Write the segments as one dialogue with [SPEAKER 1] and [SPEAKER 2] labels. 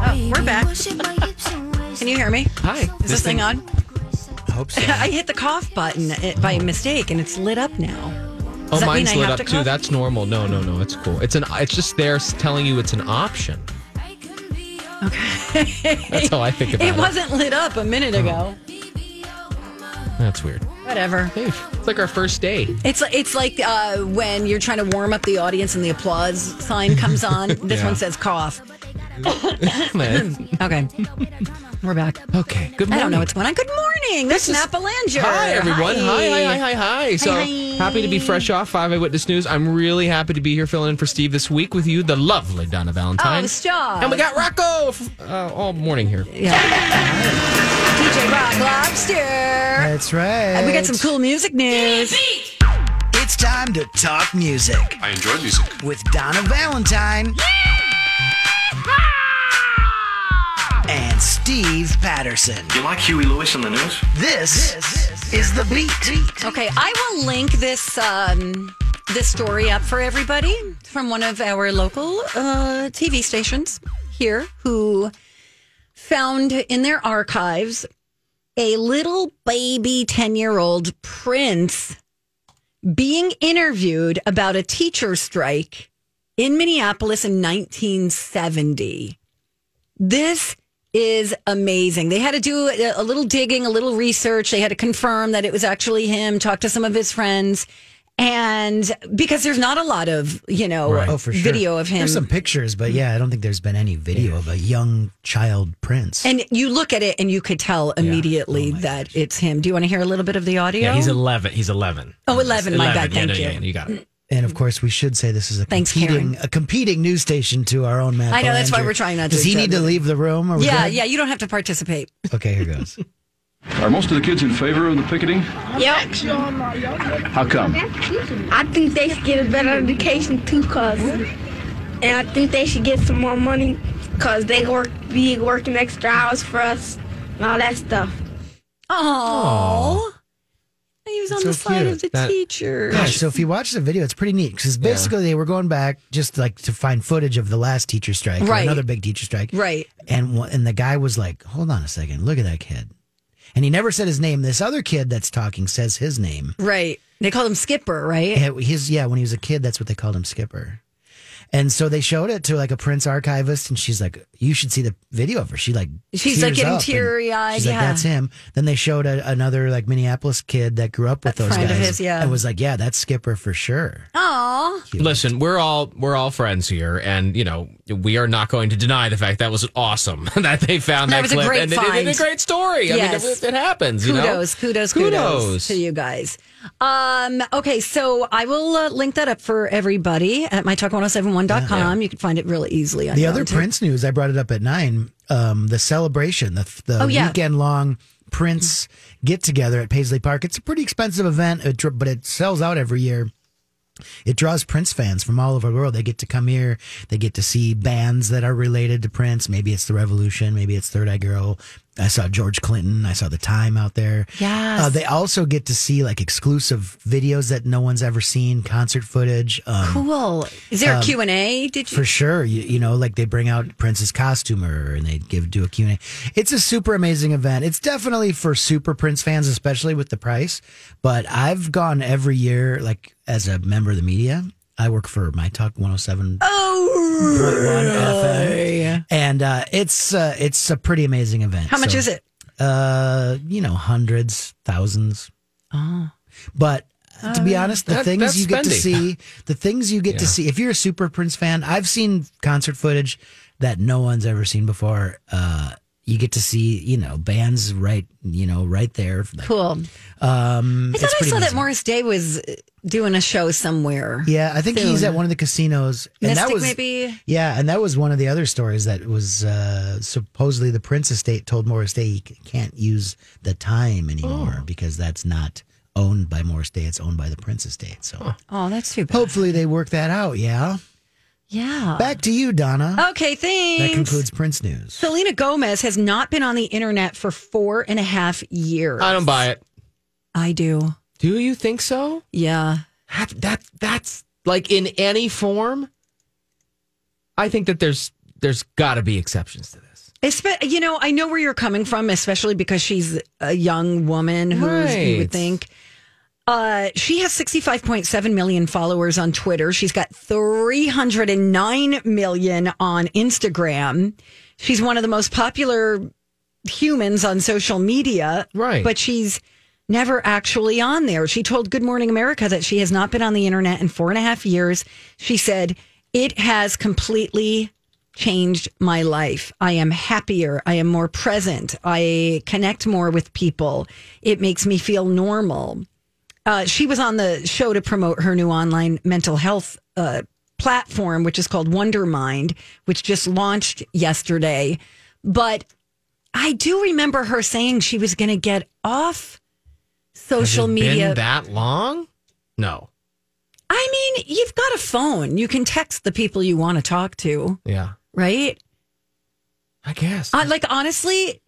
[SPEAKER 1] Oh, we're back.
[SPEAKER 2] Can
[SPEAKER 1] Can you hear me?
[SPEAKER 3] Hi.
[SPEAKER 1] Is this thing on?
[SPEAKER 3] I hope so.
[SPEAKER 1] I hit the cough button it- by mistake and it's lit up now.
[SPEAKER 3] oh,
[SPEAKER 1] that mean
[SPEAKER 3] mine's
[SPEAKER 1] I
[SPEAKER 3] lit
[SPEAKER 1] have
[SPEAKER 3] up
[SPEAKER 1] to
[SPEAKER 3] too.
[SPEAKER 1] cough?
[SPEAKER 3] That's normal. No, no, no. It's cool. It's an. It's just there s- telling you it's an option.
[SPEAKER 1] Okay.
[SPEAKER 3] That's how I think about it.
[SPEAKER 1] it wasn't lit up a minute ago.
[SPEAKER 3] That's weird.
[SPEAKER 1] Whatever.
[SPEAKER 3] Hey, it's like our first day.
[SPEAKER 1] It's li- it's like uh, when you're trying to warm up the audience and the applause sign comes on. This
[SPEAKER 3] Yeah.
[SPEAKER 1] one says cough.
[SPEAKER 3] Man.
[SPEAKER 1] Okay. We're back.
[SPEAKER 3] okay. Good morning.
[SPEAKER 1] I don't know what's going on. Good morning. That's
[SPEAKER 3] This is-
[SPEAKER 1] Napalanger.
[SPEAKER 3] Hi, everyone. Hi, hi, hi, hi, hi. So happy to be fresh off Five Eyewitness News. I'm really happy to be here filling in for Steve this week with you, the lovely Donna Valentine.
[SPEAKER 1] Oh, stop.
[SPEAKER 3] And we got Rocco f- uh, all morning here.
[SPEAKER 1] DJ Rock Lobster.
[SPEAKER 4] That's right.
[SPEAKER 1] And we got some cool music news.
[SPEAKER 4] It's time to talk music
[SPEAKER 5] I enjoy music.
[SPEAKER 4] with Donna Valentine and Steve Patterson.
[SPEAKER 5] You like Huey Lewis on the news?
[SPEAKER 4] This, is the beat.
[SPEAKER 1] Okay, I will link this um, this story up for everybody from one of our local uh, TV stations here who found in their archives a little baby 10 year old prince being interviewed about a teacher strike in Minneapolis in 1970 this is amazing. They had to do a- a little digging, a little research. They had to confirm that it was actually him, talk to some of his friends. And because there's not a lot of, you know,
[SPEAKER 3] Right.
[SPEAKER 4] Oh, for sure.
[SPEAKER 1] video of him.
[SPEAKER 4] There's some pictures, but yeah, I don't think there's been any video of a young child prince.
[SPEAKER 1] and you look at it and you could tell immediately that it's him. Do you want to hear a little bit of the audio?
[SPEAKER 6] Yeah, he's 11. He's 11.
[SPEAKER 1] Oh, 11, my bad,
[SPEAKER 6] yeah,
[SPEAKER 1] thank
[SPEAKER 6] no,
[SPEAKER 1] you.
[SPEAKER 6] Yeah, you got it.
[SPEAKER 4] And of course, we should say this is a
[SPEAKER 1] Thanks,
[SPEAKER 4] competing a competing news station to our own map.
[SPEAKER 1] I know, that's why we're trying not to
[SPEAKER 4] Does he
[SPEAKER 1] judge
[SPEAKER 4] need to
[SPEAKER 1] it.
[SPEAKER 4] leave the room? Are we
[SPEAKER 1] yeah,
[SPEAKER 4] good?
[SPEAKER 1] yeah, you don't have to participate.
[SPEAKER 4] Okay, here goes.
[SPEAKER 7] Are most of the kids in favor of the picketing?
[SPEAKER 8] Yep.
[SPEAKER 7] How come?
[SPEAKER 8] I think they should get a better education too, cause, and I think they should get some more money, cause they work be working extra hours for us and all that stuff.
[SPEAKER 1] Oh. He was on the
[SPEAKER 3] so
[SPEAKER 1] side
[SPEAKER 3] cute.
[SPEAKER 1] of the
[SPEAKER 3] That-
[SPEAKER 1] teacher.
[SPEAKER 4] Yeah, so if you watch the video, it's pretty neat because basically they were going back just like to find footage of the last teacher strike,
[SPEAKER 1] Right.
[SPEAKER 4] or another big teacher strike,
[SPEAKER 1] Right.
[SPEAKER 4] And wha- and the guy was like, "Hold on a second, look at that kid," and he never said his name. This other kid that's talking says his name.
[SPEAKER 1] Right. They called him Skipper, right?
[SPEAKER 4] Yeah, His yeah, when he was a kid, that's what they called him, Skipper. And so they showed it to like a Prince archivist, and she's like, "You should see the video of her." She like
[SPEAKER 1] She's, like,
[SPEAKER 4] tears
[SPEAKER 1] getting
[SPEAKER 4] up, and
[SPEAKER 1] teary-eyed,
[SPEAKER 4] She's
[SPEAKER 1] yeah.
[SPEAKER 4] like, "That's him." Then they showed a, another like Minneapolis kid that grew up with
[SPEAKER 1] A
[SPEAKER 4] those
[SPEAKER 1] friend of
[SPEAKER 4] guys,
[SPEAKER 1] his, yeah.
[SPEAKER 4] and was like, "Yeah, that's Skipper for sure."
[SPEAKER 1] Oh.
[SPEAKER 3] Listen, we're all we're all friends here, and you know we are not going to deny the fact that was awesome that they found
[SPEAKER 1] That
[SPEAKER 3] that,
[SPEAKER 1] was a
[SPEAKER 3] clip
[SPEAKER 1] great
[SPEAKER 3] and it- it,
[SPEAKER 1] find.
[SPEAKER 3] it's a great story. I mean,
[SPEAKER 1] Yes.
[SPEAKER 3] it, it happens. you know?
[SPEAKER 1] kudos, kudos, kudos, to you guys. Um, okay, so I will uh, link that up for everybody at mytalk1071.com. You can find it really easily. On
[SPEAKER 4] The
[SPEAKER 1] your
[SPEAKER 4] other
[SPEAKER 1] own, too.
[SPEAKER 4] Prince news, I brought it up at nine. Um, the celebration, the, the
[SPEAKER 1] Oh, yeah.
[SPEAKER 4] weekend long Prince get together at Paisley Park. It's a pretty expensive event, it dr- but it sells out every year. It draws Prince fans from all over the world. They get to come here. They get to see bands that are related to Prince. Maybe it's the Revolution. Maybe it's Third Eye Girl. I saw George Clinton. I saw the Time out there.
[SPEAKER 1] Yes.
[SPEAKER 4] Uh, they also get to see like exclusive videos that no one's ever seen, concert footage. Um,
[SPEAKER 1] Cool. Is there a Q&A? Did you?
[SPEAKER 4] for sure you, you know like they bring out prince's costumer and they give do a q&a it's a super amazing event it's definitely for super prince fans especially with the price but i've gone every year like as a member of the media i work for my talk 107
[SPEAKER 1] oh,
[SPEAKER 4] FM. And uh, it's uh, it's a pretty amazing event.
[SPEAKER 1] How much
[SPEAKER 4] So,
[SPEAKER 1] is it?
[SPEAKER 4] Uh, you know, hundreds, thousands. Oh. But uh, to be honest, the
[SPEAKER 3] That-
[SPEAKER 4] things
[SPEAKER 3] that's
[SPEAKER 4] you get to
[SPEAKER 3] spending.
[SPEAKER 4] see, the things you get to see. If you're a Super Prince fan, I've seen concert footage that no one's ever seen before. Uh, you get to see, you know, bands right, you know, right there. Like,
[SPEAKER 1] Cool.
[SPEAKER 4] Um,
[SPEAKER 1] I thought
[SPEAKER 4] it's
[SPEAKER 1] I
[SPEAKER 4] pretty
[SPEAKER 1] saw that
[SPEAKER 4] amazing.
[SPEAKER 1] Morris Day was uh, doing a show somewhere.
[SPEAKER 4] Yeah, I think he's
[SPEAKER 1] Soon.
[SPEAKER 4] at one of the casinos. And that
[SPEAKER 1] Mystic,
[SPEAKER 4] was,
[SPEAKER 1] maybe?
[SPEAKER 4] Yeah, and that was one of the other stories that was uh, supposedly the Prince estate told Morris Day he c- can't use the time anymore
[SPEAKER 3] Oh.
[SPEAKER 4] because that's not owned by Morris Day. It's owned by the Prince estate. So
[SPEAKER 1] Oh, that's too bad.
[SPEAKER 4] hopefully they work that out. Yeah.
[SPEAKER 1] Yeah.
[SPEAKER 4] Back to you,
[SPEAKER 3] Oh,
[SPEAKER 4] Donna.
[SPEAKER 1] okay, thanks.
[SPEAKER 4] that concludes Prince News.
[SPEAKER 1] Selena Gomez has not been on the internet for four and a half years.
[SPEAKER 3] I don't buy it.
[SPEAKER 1] I do.
[SPEAKER 3] Do you think so?
[SPEAKER 1] Yeah.
[SPEAKER 3] That, that that's like in any form. I think that there's there's got to be exceptions to this.
[SPEAKER 1] Espe- you know, I know where you're coming from, especially because she's a young woman who you
[SPEAKER 3] Right.
[SPEAKER 1] would think. Uh, she has 65.7 million followers on Twitter. She's got 309 million on Instagram. She's one of the most popular humans on social media.
[SPEAKER 3] Right.
[SPEAKER 1] But she's never actually on there. She told Good Morning America that she has not been on the internet in four and a half years. She said, It has completely changed my life. I am happier. I am more present. I connect more with people. It makes me feel normal. Uh, she was on the show to promote her new online mental health uh, platform, which is called Wondermind, which just launched yesterday. But I do remember her saying she was going to get off social
[SPEAKER 3] Has it
[SPEAKER 1] media.
[SPEAKER 3] been that long? No.
[SPEAKER 1] I mean, you've got a phone. You can text the people you want to talk to,
[SPEAKER 3] Yeah.
[SPEAKER 1] right?
[SPEAKER 3] I guess.
[SPEAKER 1] Uh, like honestly,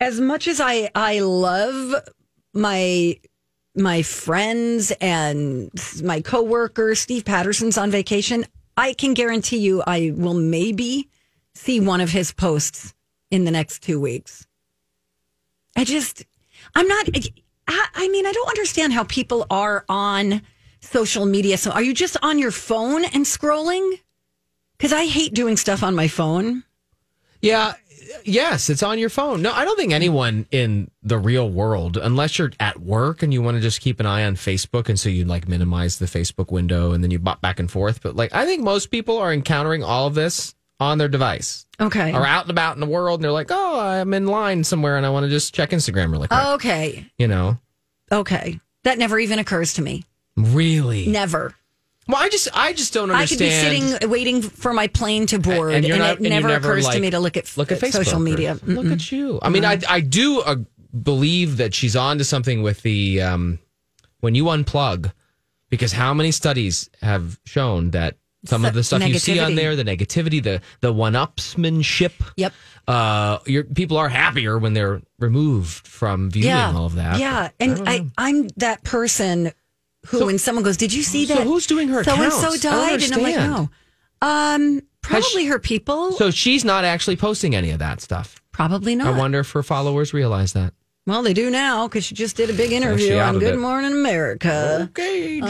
[SPEAKER 1] as much as I I love my my friends and my coworker Steve Patterson's on vacation, I can guarantee you I will maybe see one of his posts in the next two weeks. I just I'm not. I, I mean, I don't understand how people are on social media. So are you just on your phone and scrolling? Because I hate doing stuff on my phone.
[SPEAKER 3] Yeah. Yes, it's on your phone. No, I don't think anyone in the real world, unless you're at work and you want to just keep an eye on Facebook, and so you like minimize the Facebook window and then you bop back and forth. But like, I think most people are encountering all of this on their device
[SPEAKER 1] Okay.
[SPEAKER 3] or out and about in the world, and they're like, "Oh, I'm in line somewhere, and I want to just check Instagram really
[SPEAKER 1] Oh.
[SPEAKER 3] quick."
[SPEAKER 1] Okay.
[SPEAKER 3] you know,
[SPEAKER 1] Okay. That never even occurs to me.
[SPEAKER 3] really.
[SPEAKER 1] Never.
[SPEAKER 3] Well, I just, I just don't
[SPEAKER 1] I could
[SPEAKER 3] understand.
[SPEAKER 1] be sitting waiting for my plane to board,
[SPEAKER 3] And
[SPEAKER 1] and,
[SPEAKER 3] you're not-
[SPEAKER 1] it
[SPEAKER 3] and you
[SPEAKER 1] never,
[SPEAKER 3] never,
[SPEAKER 1] occurs
[SPEAKER 3] like,
[SPEAKER 1] to me to look at
[SPEAKER 3] look at Facebook
[SPEAKER 1] Uh, social
[SPEAKER 3] or-
[SPEAKER 1] media.
[SPEAKER 3] Look
[SPEAKER 1] Mm-mm.
[SPEAKER 3] at you. I mean, I I do uh, believe that she's on to something with the um, when you unplug, because how many studies have shown that some of
[SPEAKER 1] Su-
[SPEAKER 3] the stuff you see on
[SPEAKER 1] negativity.
[SPEAKER 3] there, the negativity, the the one-upsmanship.
[SPEAKER 1] Yep.
[SPEAKER 3] Uh, your people are happier when they're removed from viewing
[SPEAKER 1] Yeah.
[SPEAKER 3] all of that.
[SPEAKER 1] Yeah. And I, I'm that person who, when someone goes, "Did you see
[SPEAKER 3] So
[SPEAKER 1] that?"
[SPEAKER 3] who's doing her
[SPEAKER 1] So and so
[SPEAKER 3] accounts? I
[SPEAKER 1] died,
[SPEAKER 3] don't
[SPEAKER 1] and I'm like, no.
[SPEAKER 3] understand.
[SPEAKER 1] Um,
[SPEAKER 3] Has
[SPEAKER 1] probably
[SPEAKER 3] she-
[SPEAKER 1] her people.
[SPEAKER 3] So she's not actually posting any of that stuff.
[SPEAKER 1] probably not.
[SPEAKER 3] I wonder if her followers realize that.
[SPEAKER 1] well, they do now because she just did a big interview on
[SPEAKER 3] outed
[SPEAKER 1] Good
[SPEAKER 3] it.
[SPEAKER 1] Morning America.
[SPEAKER 3] Okay,
[SPEAKER 1] Oh.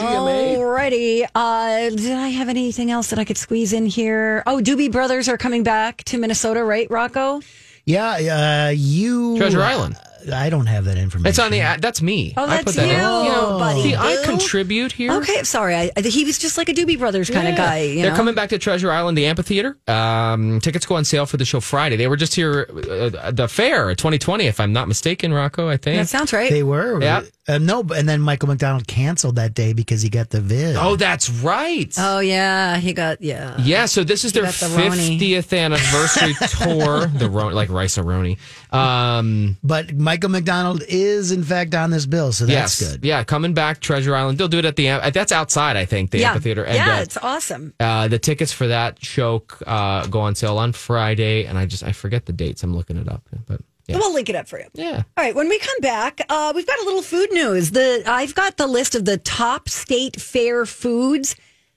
[SPEAKER 1] Alrighty. Uh, did I have anything else that I could squeeze in here? Oh, Doobie Brothers are coming back to Minnesota, right, Rocco?
[SPEAKER 4] Yeah, uh, you. uh,
[SPEAKER 3] Treasure Island.
[SPEAKER 4] I don't have that information.
[SPEAKER 3] It's on the. That's me.
[SPEAKER 1] Oh,
[SPEAKER 3] I put
[SPEAKER 1] that's
[SPEAKER 3] that in.
[SPEAKER 1] you, buddy
[SPEAKER 3] See, I
[SPEAKER 1] boo.
[SPEAKER 3] contribute here.
[SPEAKER 1] Okay, sorry. I, I- he was just like a Doobie Brothers kind of
[SPEAKER 3] Yeah.
[SPEAKER 1] guy. You
[SPEAKER 3] They're
[SPEAKER 1] know?
[SPEAKER 3] coming back to Treasure Island, the amphitheater. Um, tickets go on sale for the show Friday. They were just here uh, at the fair 2020, if I'm not mistaken, Rocco. I think.
[SPEAKER 1] That sounds right.
[SPEAKER 4] They were.
[SPEAKER 3] Yeah.
[SPEAKER 4] Uh, no, but- and then Michael McDonald canceled that day because he got the vid.
[SPEAKER 3] oh, that's right.
[SPEAKER 1] oh yeah, he got yeah.
[SPEAKER 3] yeah, so this is their
[SPEAKER 1] got the Roni.
[SPEAKER 3] 50th anniversary tour. The Ro- like Rice Roni. Um,
[SPEAKER 4] But Michael McDonald is, in fact, on this bill, so that's
[SPEAKER 3] yes.
[SPEAKER 4] good.
[SPEAKER 3] Yeah, coming back Treasure Island. They'll do it at the am- that's outside, I think, the
[SPEAKER 1] yeah.
[SPEAKER 3] amphitheater. And,
[SPEAKER 1] yeah,
[SPEAKER 3] uh,
[SPEAKER 1] it's awesome.
[SPEAKER 3] Uh, the tickets for that show uh, go on sale on Friday, and I just I forget the dates. I'm looking it up, but yeah,
[SPEAKER 1] We'll link it up for you.
[SPEAKER 3] yeah.
[SPEAKER 1] All right, when we come back, uh, we've got a little food news. The I've got the list of the top state fair foods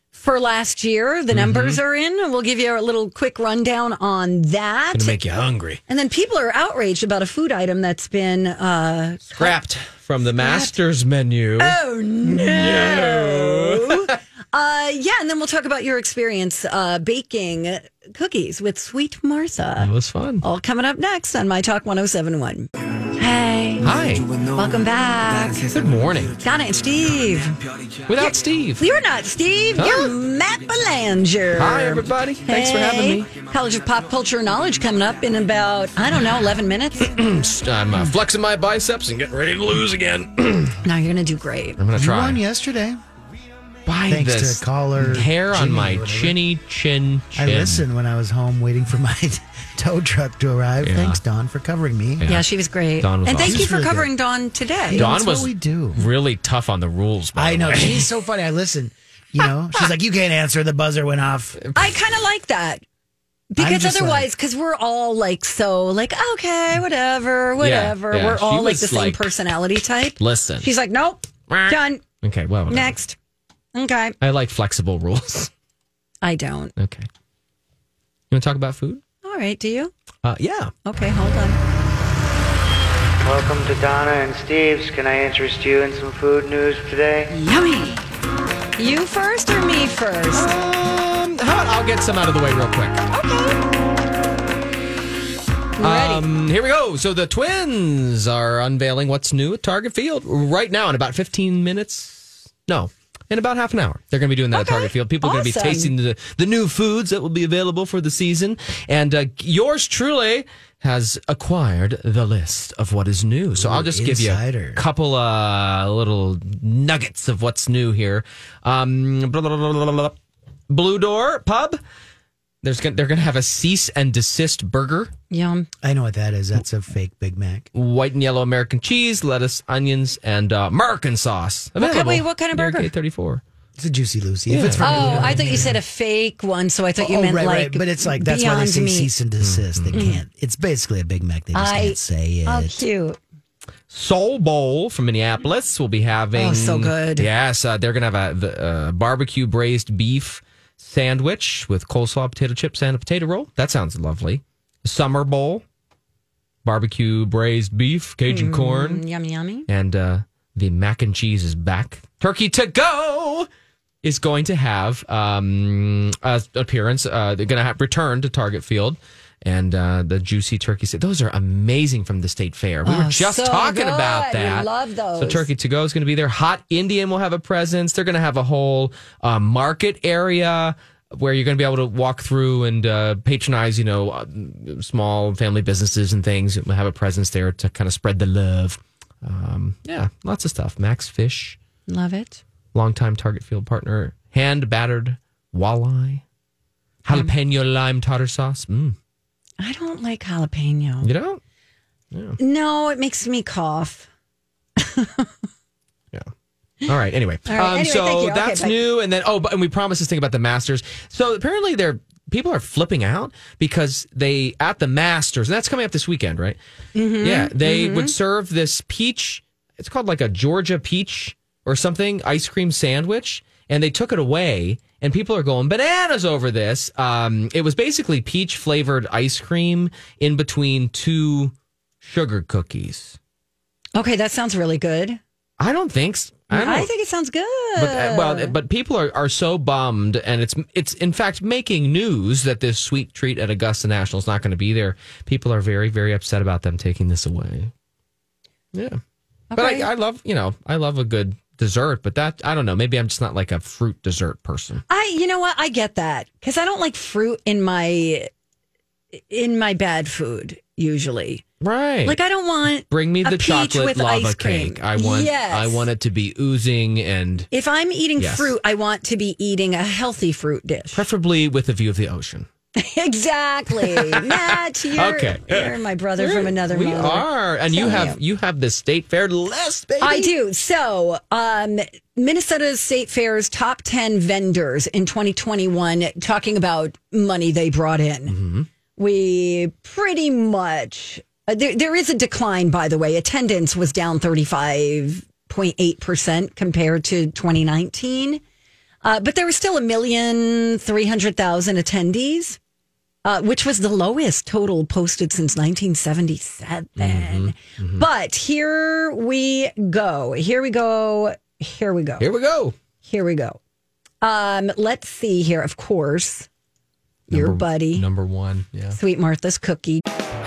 [SPEAKER 1] for last year. The numbers are in. and We'll give you a little quick rundown on that.
[SPEAKER 3] make you hungry.
[SPEAKER 1] And then people are outraged about a food item that's been. Uh,
[SPEAKER 3] Scrapped from the Masters menu.
[SPEAKER 1] oh no! Uh, yeah, and then we'll talk about your experience uh, baking cookies with Sweet Martha.
[SPEAKER 3] That was fun.
[SPEAKER 1] All coming up next on My Talk 1071. Hey,
[SPEAKER 3] Hi.
[SPEAKER 1] welcome back.
[SPEAKER 3] Good morning.
[SPEAKER 1] Donna and Steve.
[SPEAKER 3] Without Steve.
[SPEAKER 1] You're not Steve,
[SPEAKER 3] Huh?
[SPEAKER 1] you're Matt Belanger.
[SPEAKER 3] Hi, everybody. Thanks for having me.
[SPEAKER 1] me. College of Pop Culture Knowledge coming up in about, I don't know, 11 minutes.
[SPEAKER 3] I'm uh, flexing my biceps and getting ready to lose again.
[SPEAKER 1] now you're going to do great.
[SPEAKER 3] I'm going to
[SPEAKER 4] You won
[SPEAKER 3] try.
[SPEAKER 4] yesterday.
[SPEAKER 3] Buy
[SPEAKER 4] Thanks to
[SPEAKER 3] this
[SPEAKER 4] caller
[SPEAKER 3] hair on
[SPEAKER 4] Ginny or
[SPEAKER 3] my
[SPEAKER 4] whatever.
[SPEAKER 3] chinny chin
[SPEAKER 4] I
[SPEAKER 3] chin.
[SPEAKER 4] listened when I was home waiting for my tow truck to arrive.
[SPEAKER 3] Yeah.
[SPEAKER 4] Thanks, Don, for covering me.
[SPEAKER 1] Yeah, she was great.
[SPEAKER 3] Dawn was
[SPEAKER 1] and thank
[SPEAKER 3] awesome.
[SPEAKER 1] you for
[SPEAKER 4] She's really
[SPEAKER 1] covering Dawn today.
[SPEAKER 3] Dawn
[SPEAKER 4] That's what
[SPEAKER 3] was
[SPEAKER 4] we do.
[SPEAKER 3] really tough on the rules. By
[SPEAKER 4] I
[SPEAKER 3] the
[SPEAKER 4] know.
[SPEAKER 3] way.
[SPEAKER 4] She's so funny. I listen. You know, she's like, you can't answer. The buzzer went off.
[SPEAKER 1] I kind of like that. Because
[SPEAKER 4] just
[SPEAKER 1] otherwise, because we're all like so, like, okay, whatever, whatever.
[SPEAKER 3] yeah.
[SPEAKER 1] We're
[SPEAKER 3] She
[SPEAKER 1] all like
[SPEAKER 3] was
[SPEAKER 1] the same
[SPEAKER 3] like-
[SPEAKER 1] personality type.
[SPEAKER 3] Listen.
[SPEAKER 1] She's like, nope, done,
[SPEAKER 3] okay, well, whatever.
[SPEAKER 1] next. Okay.
[SPEAKER 3] I like flexible rules.
[SPEAKER 1] I don't.
[SPEAKER 3] okay. You want to talk about food?
[SPEAKER 1] All right, do you?
[SPEAKER 3] Uh, yeah.
[SPEAKER 1] Okay, hold on.
[SPEAKER 2] Welcome to Donna and Steve's. Can I interest you in some food news today?
[SPEAKER 1] Yummy. You first or me first?
[SPEAKER 3] Um, how about I'll get some out of the way real quick.
[SPEAKER 1] Ready.
[SPEAKER 3] Um, here we go. So the twins are unveiling what's new at Target Field right now in about 15 minutes. No, in about half an hour. They're going to be doing that
[SPEAKER 1] Okay.
[SPEAKER 3] at Target Field. People are going to be
[SPEAKER 1] Awesome.
[SPEAKER 3] tasting the, the new foods that will be available for the season. And uh, yours truly has acquired the list of what is new. So I'll just give you
[SPEAKER 4] insider.
[SPEAKER 3] a couple uh, little nuggets of what's new here. Um, blah, blah, blah, blah, blah, blah. Blue Door Pub. There's gonna, they're going to have a cease and desist burger
[SPEAKER 1] Yum.
[SPEAKER 4] I know what that is. That's a fake Big Mac.
[SPEAKER 3] white and yellow American cheese, lettuce, onions, and uh, American sauce.
[SPEAKER 1] kind-
[SPEAKER 3] Available
[SPEAKER 1] wait, what kind of
[SPEAKER 3] near
[SPEAKER 1] burger?
[SPEAKER 3] Gate 34.
[SPEAKER 4] It's a Juicy Lucy. If it's from
[SPEAKER 1] Oh, I thought you said a fake one, so I thought you
[SPEAKER 4] oh,
[SPEAKER 1] meant
[SPEAKER 4] right,
[SPEAKER 1] like.
[SPEAKER 4] right. But it's like that's why they
[SPEAKER 1] beyond
[SPEAKER 4] say
[SPEAKER 1] me.
[SPEAKER 4] cease and desist. They
[SPEAKER 3] Mm-hmm.
[SPEAKER 4] can't. It's basically a Big Mac. They just
[SPEAKER 1] I-
[SPEAKER 4] can't say it.
[SPEAKER 1] Oh, cute.
[SPEAKER 3] Soul Bowl from Minneapolis will be having.
[SPEAKER 1] Oh, so good.
[SPEAKER 3] Yes, uh, they're going to have a the, uh, barbecue braised beef sandwich with coleslaw, potato chips, and a potato roll. That sounds lovely. Summer Bowl, barbecue braised beef,
[SPEAKER 1] Mm.
[SPEAKER 3] Cajun corn,
[SPEAKER 1] Yummy, yummy.
[SPEAKER 3] and uh, the mac and cheese is back. Turkey to go is going to have um, a appearance. Uh, they're going to have return to Target Field. And uh, the juicy turkey, sa- those are amazing from the state fair. We
[SPEAKER 1] Oh,
[SPEAKER 3] were just
[SPEAKER 1] so
[SPEAKER 3] talking about
[SPEAKER 1] good. We
[SPEAKER 3] that.
[SPEAKER 1] love those.
[SPEAKER 3] So turkey to go is going to be there. Hot Indian will have a presence. They're going to have a whole uh, market area where you're going to be able to walk through and uh, patronize, you know, uh, small family businesses and things. We'll have a presence there to kind of spread the love. Um, yeah, lots of stuff. Max Fish,
[SPEAKER 1] Love it.
[SPEAKER 3] longtime Target Field partner, hand battered walleye, jalapeno lime tartar sauce. Mm.
[SPEAKER 1] I don't like jalapeno.
[SPEAKER 3] You know,
[SPEAKER 1] No, it makes me cough.
[SPEAKER 3] All right. Anyway,
[SPEAKER 1] All right, anyway,
[SPEAKER 3] Um, so
[SPEAKER 1] thank you. Okay,
[SPEAKER 3] that's
[SPEAKER 1] bye.
[SPEAKER 3] new, and then oh, but, and we promised this thing about the Masters. So apparently, they're people are flipping out because they at the Masters, and that's coming up this weekend, right?
[SPEAKER 1] Mm-hmm,
[SPEAKER 3] Yeah, they would serve this peach. It's called like a Georgia peach or something ice cream sandwich, and they took it away, and people are going bananas over this. Um, it was basically peach flavored ice cream in between two sugar cookies.
[SPEAKER 1] Okay, that sounds really good.
[SPEAKER 3] I don't think. s- I, don't,
[SPEAKER 1] I, think it sounds good.
[SPEAKER 3] but uh, well, but people are, are so bummed, and it's it's in fact making news that this sweet treat at Augusta National is not going to be there. People are very very upset about them taking this away. Yeah, but
[SPEAKER 1] Okay.
[SPEAKER 3] I, I love you know I love a good dessert, but that I don't know maybe I'm just not like a fruit dessert person.
[SPEAKER 1] I, you know what? I get that because I don't like fruit in my in my bad food usually.
[SPEAKER 3] Right.
[SPEAKER 1] Like I don't want
[SPEAKER 3] Bring me
[SPEAKER 1] a
[SPEAKER 3] the
[SPEAKER 1] peach
[SPEAKER 3] chocolate
[SPEAKER 1] with
[SPEAKER 3] lava
[SPEAKER 1] ice cream.
[SPEAKER 3] cake. I want
[SPEAKER 1] Yes.
[SPEAKER 3] I want it to be oozing and
[SPEAKER 1] If I'm eating
[SPEAKER 3] Yes.
[SPEAKER 1] fruit, I want to be eating a healthy fruit dish.
[SPEAKER 3] preferably with a view of the ocean.
[SPEAKER 1] exactly, Matt. You're,
[SPEAKER 3] Okay.
[SPEAKER 1] you're my brother from another.
[SPEAKER 3] we
[SPEAKER 1] mother.
[SPEAKER 3] are, and you
[SPEAKER 1] Telling
[SPEAKER 3] have you have the state fair list, baby.
[SPEAKER 1] I do. So, um, Minnesota's State Fair's top 10 vendors in 2021 talking about money they brought in.
[SPEAKER 3] Mm-hmm.
[SPEAKER 1] We pretty much, uh, there, there is a decline, by the way. Attendance was down 35.8% compared to 2019. Uh, but there were still a million three hundred thousand attendees, uh, which was the lowest total posted since 1977. But here we go. Here we go. Here we go.
[SPEAKER 3] Here we go.
[SPEAKER 1] Here we go. Um, let's see here. Of course, your buddy,
[SPEAKER 3] Number one. Yeah.
[SPEAKER 1] Sweet Martha's Cookie.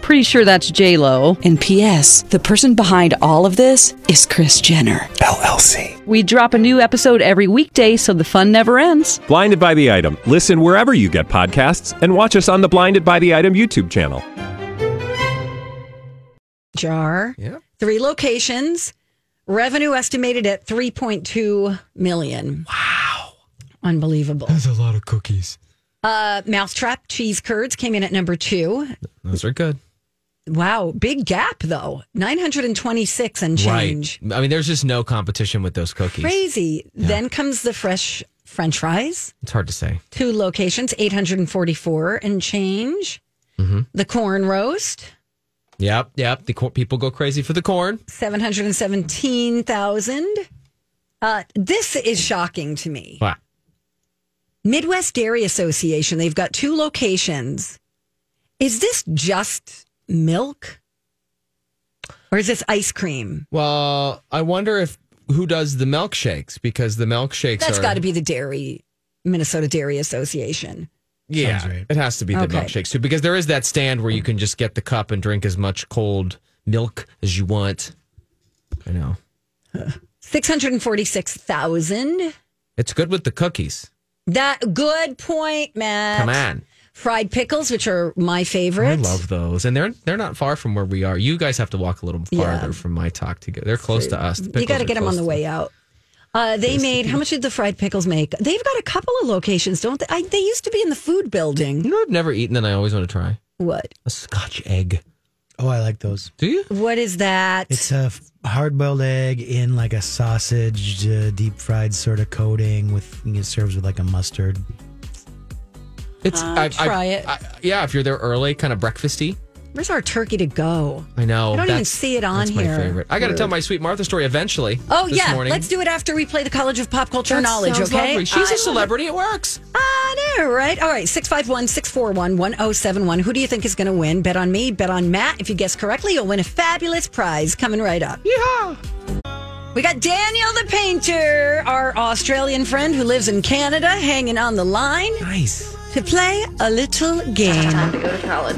[SPEAKER 9] Pretty sure that's J Lo. And P.S. The person behind all of this is Chris Jenner
[SPEAKER 10] LLC.
[SPEAKER 9] We drop a new episode every weekday, so the fun never ends.
[SPEAKER 10] Blinded by the item. Listen wherever you get podcasts, and watch us on the Blinded by the Item YouTube channel.
[SPEAKER 1] jar.
[SPEAKER 3] Yeah.
[SPEAKER 1] Three locations, revenue estimated at 3.2 million. Wow. Unbelievable.
[SPEAKER 3] That's a lot of cookies.
[SPEAKER 1] Uh, Mousetrap cheese curds came in at number two.
[SPEAKER 3] Those are good.
[SPEAKER 1] Wow. Big gap though. 926 and change.
[SPEAKER 3] Right. I mean, there's just no competition with those cookies.
[SPEAKER 1] Crazy. Then comes the fresh french fries.
[SPEAKER 3] It's hard to say.
[SPEAKER 1] Two locations, 844 and change.
[SPEAKER 3] Mm-hmm.
[SPEAKER 1] The corn roast,
[SPEAKER 3] Yep. Yep. The cor- people go crazy for the corn.
[SPEAKER 1] 717,000. Uh, this is shocking to me.
[SPEAKER 3] Wow.
[SPEAKER 1] Midwest Dairy Association, they've got two locations. Is this just milk? Or is this ice cream?
[SPEAKER 3] Well, I wonder if who does the milkshakes because the milkshakes
[SPEAKER 1] That's
[SPEAKER 3] are
[SPEAKER 1] got to be the Dairy, Minnesota Dairy Association.
[SPEAKER 3] yeah.
[SPEAKER 4] Sounds right.
[SPEAKER 3] It has to be the
[SPEAKER 1] Okay.
[SPEAKER 3] milkshakes too because there is that stand where you can just get the cup and drink as much cold milk as you want. I know.
[SPEAKER 1] 646,000.
[SPEAKER 3] It's good with the cookies.
[SPEAKER 1] That good point, Matt.
[SPEAKER 3] Come on.
[SPEAKER 1] Fried pickles, which are my favorite.
[SPEAKER 3] I love those, and they're they're not far from where we are. You guys have to walk a little farther from my talk to get. They're close to us. The
[SPEAKER 1] you
[SPEAKER 3] pickles
[SPEAKER 1] got to
[SPEAKER 3] are
[SPEAKER 1] get them on
[SPEAKER 3] close
[SPEAKER 1] the
[SPEAKER 3] to-
[SPEAKER 1] way out. Uh, they made how much did the fried pickles make? They've got a couple of locations, don't they? I, they used to be in the food
[SPEAKER 3] You
[SPEAKER 1] building.
[SPEAKER 3] know, I've never eaten, and I always want to try
[SPEAKER 1] What?
[SPEAKER 3] a Scotch egg.
[SPEAKER 4] Oh, I like those.
[SPEAKER 3] Do you?
[SPEAKER 1] What is that?
[SPEAKER 4] It's a hard boiled egg in like a sausage, uh, deep fried sort of coating with, it serves with like a mustard.
[SPEAKER 3] It's
[SPEAKER 1] I'll Uh, try it.
[SPEAKER 3] I- yeah, if you're there early, kind of breakfasty.
[SPEAKER 1] Where's our turkey to go?
[SPEAKER 3] I know.
[SPEAKER 1] I don't even
[SPEAKER 3] that's-
[SPEAKER 1] see it on
[SPEAKER 3] that's my
[SPEAKER 1] here.
[SPEAKER 3] favorite. I got to tell my sweet Martha story eventually.
[SPEAKER 1] Oh
[SPEAKER 3] this
[SPEAKER 1] yeah,
[SPEAKER 3] morning.
[SPEAKER 1] let's do it after we play the College of Pop Culture
[SPEAKER 3] That
[SPEAKER 1] Knowledge.
[SPEAKER 3] sounds
[SPEAKER 1] Okay,
[SPEAKER 3] lovely. She's
[SPEAKER 1] I
[SPEAKER 3] a celebrity. It works.
[SPEAKER 1] I know, right? All right, 651-641-1071. Who do you think is going to win? Bet on me, bet on Matt. If you guess correctly, you'll win a fabulous prize coming right up.
[SPEAKER 3] Yeah.
[SPEAKER 1] We got Daniel the painter, our Australian friend who lives in Canada, hanging on the line
[SPEAKER 3] Nice.
[SPEAKER 1] to play a little game.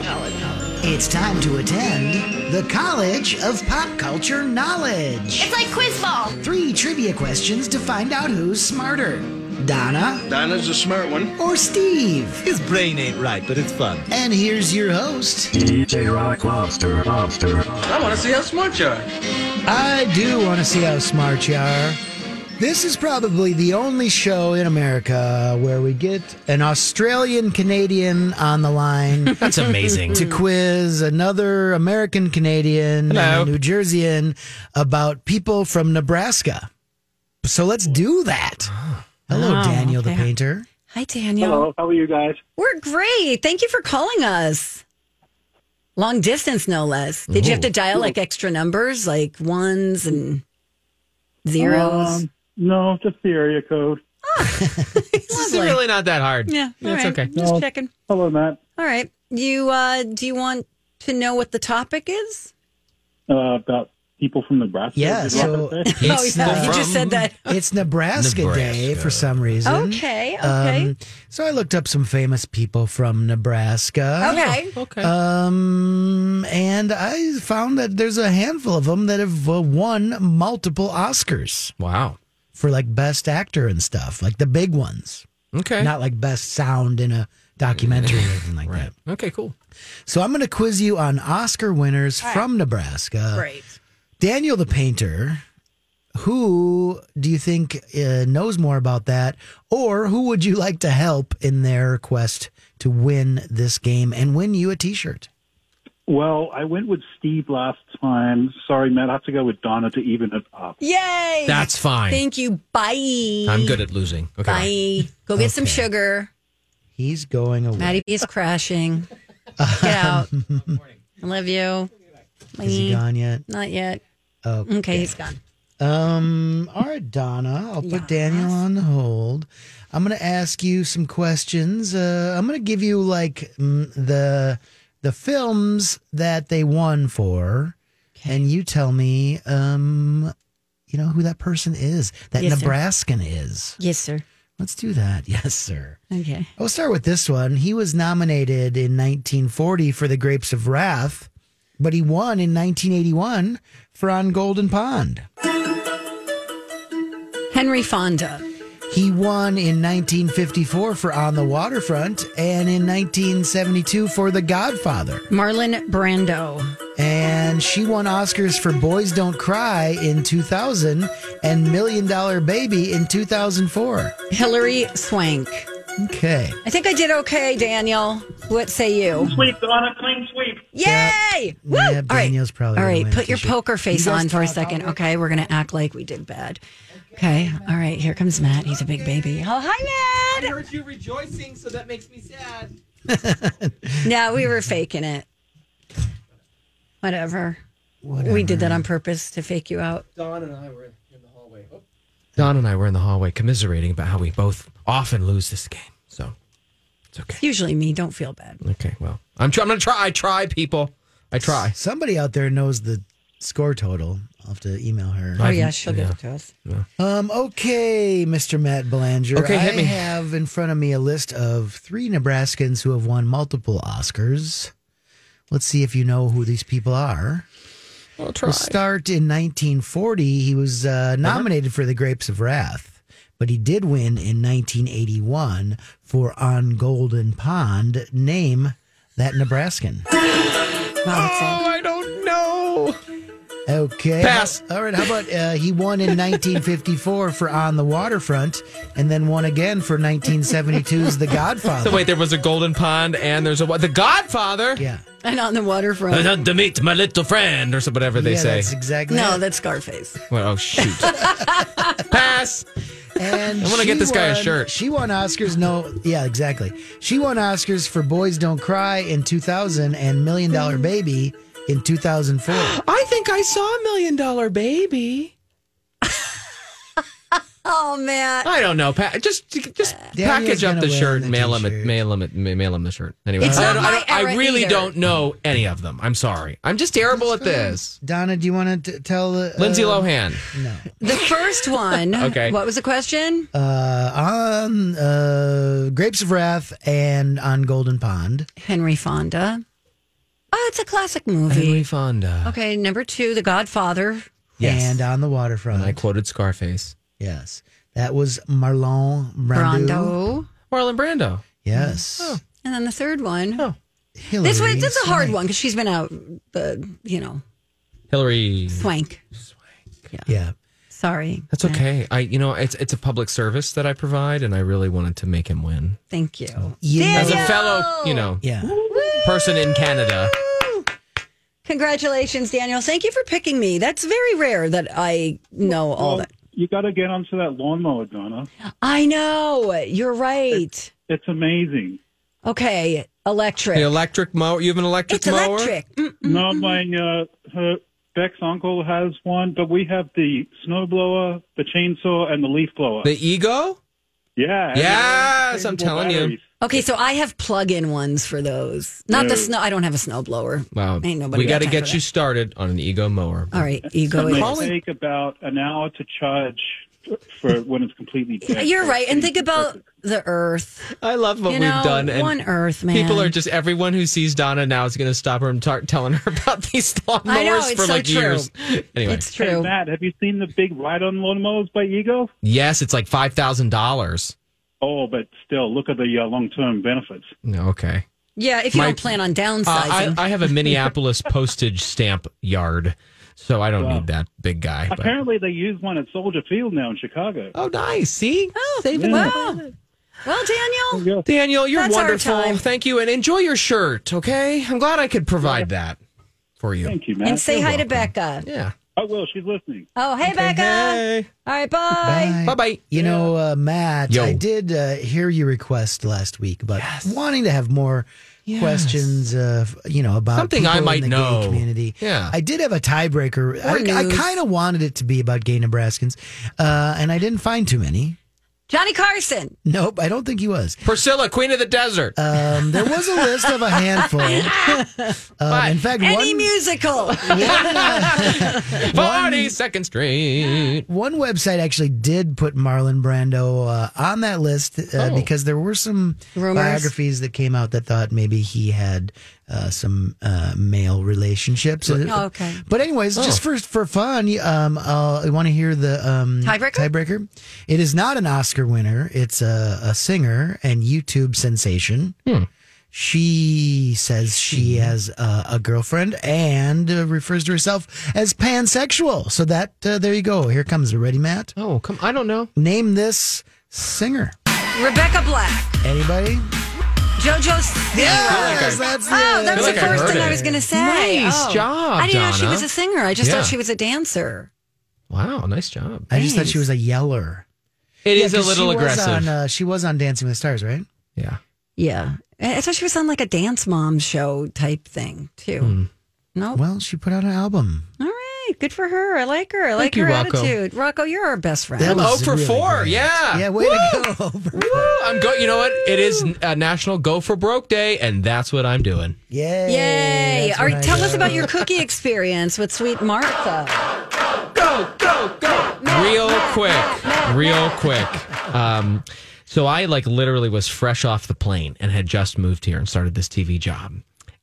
[SPEAKER 11] It's time to attend the College of Pop Culture Knowledge.
[SPEAKER 8] It's like quiz ball.
[SPEAKER 11] Three trivia questions to find out who's smarter Donna
[SPEAKER 7] Dinah's a smart one.
[SPEAKER 11] or Steve.
[SPEAKER 5] His brain ain't right, but it's fun.
[SPEAKER 11] And here's your host.
[SPEAKER 7] DJ Rock Lobster, Lobster.
[SPEAKER 5] I want to see how smart you are.
[SPEAKER 4] I do want to see how smart you are. This is probably the only show in America where we get an Australian Canadian on the line
[SPEAKER 3] That's amazing.
[SPEAKER 4] to quiz another American Canadian
[SPEAKER 3] Hello.
[SPEAKER 4] and a New Jerseyan about people from Nebraska. So let's do that. Hello,
[SPEAKER 1] Wow,
[SPEAKER 4] Daniel
[SPEAKER 1] Oh, okay.
[SPEAKER 4] the painter.
[SPEAKER 1] Hi, Daniel.
[SPEAKER 7] how are you guys?
[SPEAKER 1] We're great. Thank you for calling us. Long distance, no less. Did you have to dial like extra numbers, like ones and
[SPEAKER 7] Um,
[SPEAKER 1] zeros?
[SPEAKER 7] No, just the area code.
[SPEAKER 3] this is
[SPEAKER 1] lovely.
[SPEAKER 3] really not that hard.
[SPEAKER 1] yeah, all
[SPEAKER 3] it's
[SPEAKER 1] right.
[SPEAKER 3] okay.
[SPEAKER 1] Just checking.
[SPEAKER 7] Hello, Matt.
[SPEAKER 1] All right. You uh, do you want to know what the topic is?
[SPEAKER 7] Uh, about people from Nebraska.
[SPEAKER 4] Yeah,
[SPEAKER 7] is that
[SPEAKER 4] so-
[SPEAKER 7] what I said?
[SPEAKER 1] oh yeah, you just
[SPEAKER 3] from-
[SPEAKER 1] said that.
[SPEAKER 4] It's Nebraska, Day
[SPEAKER 3] Nebraska.
[SPEAKER 4] for some reason.
[SPEAKER 1] Okay, okay.
[SPEAKER 4] Um, so I looked up some famous people from Nebraska.
[SPEAKER 1] okay.
[SPEAKER 3] Okay.
[SPEAKER 4] Um, and I found that there's a handful of them that have uh, won multiple Oscars
[SPEAKER 3] wow.
[SPEAKER 4] for like best actor and stuff, like the big ones,
[SPEAKER 3] Okay.
[SPEAKER 4] not like best sound in a documentary or anything like that.
[SPEAKER 3] okay. Cool.
[SPEAKER 4] So I'm going to quiz you on Oscar winners from Nebraska.
[SPEAKER 1] Great.
[SPEAKER 4] Daniel the painter, Who do you think uh, knows more about that, or who would you like to help in their quest to win this game and win you a T-shirt?
[SPEAKER 7] Well, I went with Steve last time. Sorry, Matt, I have to go with Donna to even it up.
[SPEAKER 1] Yay!
[SPEAKER 3] That's fine.
[SPEAKER 1] Thank you. Bye.
[SPEAKER 3] I'm good at losing. Okay.
[SPEAKER 1] Bye. Go get some sugar.
[SPEAKER 4] He's going away.
[SPEAKER 1] Maddie B is crashing. Get out. I love you.
[SPEAKER 4] Um, Is he
[SPEAKER 1] Bye.
[SPEAKER 4] gone yet?
[SPEAKER 1] Not yet.
[SPEAKER 4] Okay.
[SPEAKER 1] Okay, he's gone.
[SPEAKER 4] Um, all right, Donna, I'll put Daniel on hold. I'm going to ask you some questions. Uh, I'm going to give you like mm, the the films that they won for, and you tell me, um, you know who that person is, that
[SPEAKER 11] Yes, sir.
[SPEAKER 4] Nebraskan is.
[SPEAKER 1] Yes, sir.
[SPEAKER 4] Let's do that. Yes, sir.
[SPEAKER 1] Okay.
[SPEAKER 4] I'll start with this one. He was nominated in 1940 for The Grapes of Wrath, but he won in 1981 for On Golden Pond.
[SPEAKER 1] Henry Fonda.
[SPEAKER 4] He won in 1954 for On the Waterfront and in 1972 for The Godfather.
[SPEAKER 1] Marlon Brando.
[SPEAKER 4] And she won Oscars for Boys Don't Cry in 2000 and Million Dollar Baby in 2004.
[SPEAKER 1] Hillary Swank.
[SPEAKER 4] Okay.
[SPEAKER 1] I think I did okay, Daniel. What say you? Clean sweep, Donna. Clean sweep. Yay! Woo!
[SPEAKER 4] Yeah,
[SPEAKER 1] All right.
[SPEAKER 4] Daniel's probably
[SPEAKER 1] All
[SPEAKER 4] gonna
[SPEAKER 1] right,
[SPEAKER 4] win
[SPEAKER 1] put your
[SPEAKER 4] the t-shirt.
[SPEAKER 1] poker face
[SPEAKER 4] You guys
[SPEAKER 1] on for a
[SPEAKER 4] talk,
[SPEAKER 1] second,
[SPEAKER 4] I'll wait.
[SPEAKER 1] okay? We're going to act like we did bad. Okay. All right, here comes Matt. He's a big baby. Oh, hi, Matt.
[SPEAKER 12] I heard you rejoicing, so that makes me sad.
[SPEAKER 1] No, we were faking it. Whatever. We did that on purpose to fake you out.
[SPEAKER 12] Don and I were in the hallway. Oh,
[SPEAKER 3] Don and I were in the hallway commiserating about how we both often lose this game. So,
[SPEAKER 1] It's usually me. Don't feel bad. Oh,
[SPEAKER 3] okay, well, I'm, tr- I'm going to try. I try, people. I try.
[SPEAKER 4] Somebody out there knows the score total. I'll have to email her.
[SPEAKER 1] Oh, yeah, she'll give it to us.
[SPEAKER 4] Um, okay, Mr. Matt Belanger.
[SPEAKER 3] Okay, hit me.
[SPEAKER 4] I have in front of me a list of three Nebraskans who have won multiple Oscars. Let's see if you know who these people are.
[SPEAKER 3] I'll
[SPEAKER 4] We'll start in 1940. He was
[SPEAKER 3] Uh-huh.
[SPEAKER 4] uh, nominated for The Grapes of Wrath, but he did win in 1981 for On Golden Pond. Name that Nebraskan.
[SPEAKER 3] Oh, I don't know.
[SPEAKER 4] Okay.
[SPEAKER 3] Pass.
[SPEAKER 4] All right. How about uh, he won in 1954 for On the Waterfront, and then won again for 1972's The Godfather.
[SPEAKER 3] So, wait, there was a golden pond and there's a what? The Godfather?
[SPEAKER 4] Yeah.
[SPEAKER 1] And on the waterfront.
[SPEAKER 3] I want to meet my little friend or so, whatever they
[SPEAKER 4] Yeah,
[SPEAKER 3] say.
[SPEAKER 4] that's exactly.
[SPEAKER 1] No,
[SPEAKER 4] it.
[SPEAKER 1] that's Scarface.
[SPEAKER 3] Well, oh, shoot. Pass.
[SPEAKER 4] And
[SPEAKER 3] I wanna get
[SPEAKER 4] she
[SPEAKER 3] this guy a
[SPEAKER 4] won-
[SPEAKER 3] shirt.
[SPEAKER 4] She won Oscars. No, yeah, exactly. She won Oscars for Boys Don't Cry in 2000 and Million Dollar Baby in 2004.
[SPEAKER 3] I think I saw Million Dollar Baby.
[SPEAKER 1] Oh, Matt.
[SPEAKER 3] I don't know. Pa- just
[SPEAKER 1] Uh,
[SPEAKER 3] just package up
[SPEAKER 4] gonna
[SPEAKER 3] the
[SPEAKER 4] win
[SPEAKER 3] shirt,
[SPEAKER 4] the
[SPEAKER 3] and mail him, it- mail him, it- ma- mail him the shirt. Anyway,
[SPEAKER 1] It's
[SPEAKER 3] I,
[SPEAKER 1] not
[SPEAKER 3] don't-
[SPEAKER 1] my
[SPEAKER 3] I don't- I
[SPEAKER 1] era
[SPEAKER 3] really
[SPEAKER 1] either.
[SPEAKER 3] don't know any of them. I'm sorry. I'm just terrible at this.
[SPEAKER 4] Donna, do you want to tell uh,
[SPEAKER 3] Lindsay Lohan.
[SPEAKER 1] The first one.
[SPEAKER 3] Okay.
[SPEAKER 1] What was the question?
[SPEAKER 4] Uh, on uh, Grapes of Wrath and on Golden Pond.
[SPEAKER 1] Henry Fonda. Oh, it's a classic movie.
[SPEAKER 3] Henry Fonda.
[SPEAKER 1] Okay, number two, The Godfather.
[SPEAKER 3] Yes.
[SPEAKER 4] And on the waterfront.
[SPEAKER 3] And I quoted Scarface.
[SPEAKER 4] Yes. That was Marlon Brando.
[SPEAKER 1] Brando.
[SPEAKER 3] Marlon Brando.
[SPEAKER 4] Yes.
[SPEAKER 1] And then the third one. Oh.
[SPEAKER 4] Hillary
[SPEAKER 1] This one, this is a hard
[SPEAKER 4] Swank.
[SPEAKER 1] one because she's been out, uh, you know,
[SPEAKER 3] Hillary.
[SPEAKER 1] swank.
[SPEAKER 4] Yeah.
[SPEAKER 1] Sorry.
[SPEAKER 3] That's
[SPEAKER 1] Matt.
[SPEAKER 3] okay. I you know it's it's a public service that I provide, and I really wanted to make him win
[SPEAKER 1] Thank you.
[SPEAKER 4] Yeah.
[SPEAKER 3] Oh, as a fellow you know
[SPEAKER 4] Yeah.
[SPEAKER 3] person in Canada.
[SPEAKER 1] Congratulations, Daniel. Thank you for picking me. That's very rare that I know all that.
[SPEAKER 7] You got to get onto that lawnmower, Donna.
[SPEAKER 1] I know. You're right.
[SPEAKER 7] It's amazing.
[SPEAKER 1] Okay, electric.
[SPEAKER 3] The electric mower. You have an electric
[SPEAKER 1] It's
[SPEAKER 3] mower.
[SPEAKER 1] electric. Mm,
[SPEAKER 7] No, my uh, her, Beck's uncle has one, but we have the snowblower, the chainsaw, and the leaf blower.
[SPEAKER 3] The ego.
[SPEAKER 7] yeah. and
[SPEAKER 3] Yes, I'm
[SPEAKER 7] interchangeable
[SPEAKER 3] telling you.
[SPEAKER 7] batteries.
[SPEAKER 1] Okay, so I have plug-in ones for those. Not the
[SPEAKER 7] No.
[SPEAKER 1] snow. I don't have a snowblower.
[SPEAKER 3] Wow.
[SPEAKER 1] Ain't nobody
[SPEAKER 3] We
[SPEAKER 1] got
[SPEAKER 3] got to
[SPEAKER 1] time
[SPEAKER 3] get
[SPEAKER 1] for
[SPEAKER 3] you started on an ego mower.
[SPEAKER 1] All right, ego.
[SPEAKER 7] It
[SPEAKER 1] is-
[SPEAKER 7] might take about an hour to charge for when it's completely dead.
[SPEAKER 1] You're right. And think about the Earth.
[SPEAKER 3] I love what
[SPEAKER 1] You
[SPEAKER 3] we've
[SPEAKER 1] know,
[SPEAKER 3] done.
[SPEAKER 1] one Earth, man.
[SPEAKER 3] People are just everyone who sees Donna now is going to stop her and start telling her about these
[SPEAKER 1] I know,
[SPEAKER 3] lawnmowers
[SPEAKER 1] it's
[SPEAKER 3] for
[SPEAKER 1] so
[SPEAKER 3] like
[SPEAKER 1] true.
[SPEAKER 3] years. Anyway,
[SPEAKER 1] It's
[SPEAKER 7] Hey,
[SPEAKER 1] true.
[SPEAKER 7] Matt, have you seen the big ride-on lawnmowers by Ego?
[SPEAKER 3] yes, it's like five thousand dollars.
[SPEAKER 7] Oh, but still, look at the uh, long-term benefits.
[SPEAKER 3] No, okay.
[SPEAKER 1] Yeah, if you
[SPEAKER 3] My-
[SPEAKER 1] don't plan on
[SPEAKER 3] Uh,
[SPEAKER 1] downsizing.
[SPEAKER 3] I, I have a Minneapolis postage stamp yard. So I don't
[SPEAKER 7] Wow.
[SPEAKER 3] need that big guy. But.
[SPEAKER 7] Apparently, they use one at Soldier Field now in Chicago.
[SPEAKER 3] Oh, nice. See?
[SPEAKER 1] Oh,
[SPEAKER 3] Saving
[SPEAKER 1] wow.
[SPEAKER 3] the
[SPEAKER 1] Well, Daniel,
[SPEAKER 3] Daniel, you're
[SPEAKER 1] That's our
[SPEAKER 3] wonderful.
[SPEAKER 1] time.
[SPEAKER 3] Thank you, and enjoy your shirt. Okay, I'm glad I could provide that for you. Thank
[SPEAKER 7] you,
[SPEAKER 1] and say hi to Becca.
[SPEAKER 3] Yeah.
[SPEAKER 7] I will. She's listening.
[SPEAKER 1] Oh, hey, Becca. All right, bye.
[SPEAKER 3] bye.
[SPEAKER 4] You know, uh, Matt,
[SPEAKER 3] Yo.
[SPEAKER 4] I did uh, hear your request last week about wanting to have more
[SPEAKER 3] Yes.
[SPEAKER 4] questions, of, you know, about
[SPEAKER 3] Something
[SPEAKER 4] people
[SPEAKER 3] I might
[SPEAKER 4] in the gay
[SPEAKER 3] know.
[SPEAKER 4] community.
[SPEAKER 3] Yeah.
[SPEAKER 4] I did have a tiebreaker. I,
[SPEAKER 1] news.
[SPEAKER 4] kind of wanted it to be about gay Nebraskans, uh, and I didn't find too many.
[SPEAKER 1] Johnny Carson.
[SPEAKER 4] Nope, I don't think he was.
[SPEAKER 3] Priscilla, Queen of the Desert.
[SPEAKER 4] Um, there was a list of a handful. Um, in fact,
[SPEAKER 1] Any
[SPEAKER 4] one,
[SPEAKER 1] musical.
[SPEAKER 3] Forty Second Street.
[SPEAKER 4] one website actually did put Marlon Brando uh, on that list uh,
[SPEAKER 3] Oh.
[SPEAKER 4] because there were some
[SPEAKER 3] Rumors.
[SPEAKER 4] biographies that came out that thought maybe he had uh, some uh, male relationships.
[SPEAKER 1] Oh, okay.
[SPEAKER 4] But anyways, just for for fun, you- um, I'll, I want to hear the um,
[SPEAKER 1] Tiebreaker?
[SPEAKER 4] Tiebreaker. It is not an Oscar winner. It's a, a singer and YouTube sensation. She says she has uh, a girlfriend and uh, refers to herself as pansexual. So that uh, there you go. Here comes. Ready, Matt?
[SPEAKER 3] Oh, come! I don't know.
[SPEAKER 4] Name this singer.
[SPEAKER 1] Rebecca Black.
[SPEAKER 4] Anybody?
[SPEAKER 1] JoJo
[SPEAKER 4] Yes,
[SPEAKER 1] Siwa.
[SPEAKER 4] that's
[SPEAKER 1] Oh,
[SPEAKER 4] it.
[SPEAKER 1] that was
[SPEAKER 4] Feel
[SPEAKER 1] the
[SPEAKER 4] like I
[SPEAKER 1] first
[SPEAKER 4] heard
[SPEAKER 1] thing I
[SPEAKER 4] it.
[SPEAKER 1] was going to say.
[SPEAKER 3] Nice
[SPEAKER 1] Oh.
[SPEAKER 3] job,
[SPEAKER 1] I didn't know she
[SPEAKER 3] Donna.
[SPEAKER 1] was a singer. I just
[SPEAKER 3] Yeah.
[SPEAKER 1] thought she was a dancer.
[SPEAKER 3] Wow, nice job.
[SPEAKER 4] I just thought she was a yeller.
[SPEAKER 3] It is
[SPEAKER 4] Uh, 'cause
[SPEAKER 3] a little
[SPEAKER 4] she was
[SPEAKER 3] aggressive.
[SPEAKER 4] on, uh, she was on Dancing with the Stars, right?
[SPEAKER 3] Yeah.
[SPEAKER 1] Yeah. E, I I thought she was on like a dance mom show type thing, too.
[SPEAKER 3] Hmm.
[SPEAKER 1] No.
[SPEAKER 4] Well, she put out an album.
[SPEAKER 1] All right. Good for her. I like her. I like
[SPEAKER 3] you,
[SPEAKER 1] her
[SPEAKER 3] Rocco.
[SPEAKER 1] attitude. Rocco, you're our best friend.
[SPEAKER 3] I'm oh for four. Yeah.
[SPEAKER 4] Yeah, way to go.
[SPEAKER 3] Woo! I'm go. You know what? It is uh, National Go for Broke Day, and that's what I'm doing.
[SPEAKER 4] Yay.
[SPEAKER 1] Yay.
[SPEAKER 4] That's
[SPEAKER 1] All
[SPEAKER 4] what
[SPEAKER 1] right.
[SPEAKER 4] I
[SPEAKER 1] Tell us
[SPEAKER 4] do.
[SPEAKER 1] about your cookie experience with Sweet Martha.
[SPEAKER 3] Go go go! Real quick, real quick. Um, so I like literally was fresh off the plane and had just moved here and started this TV job.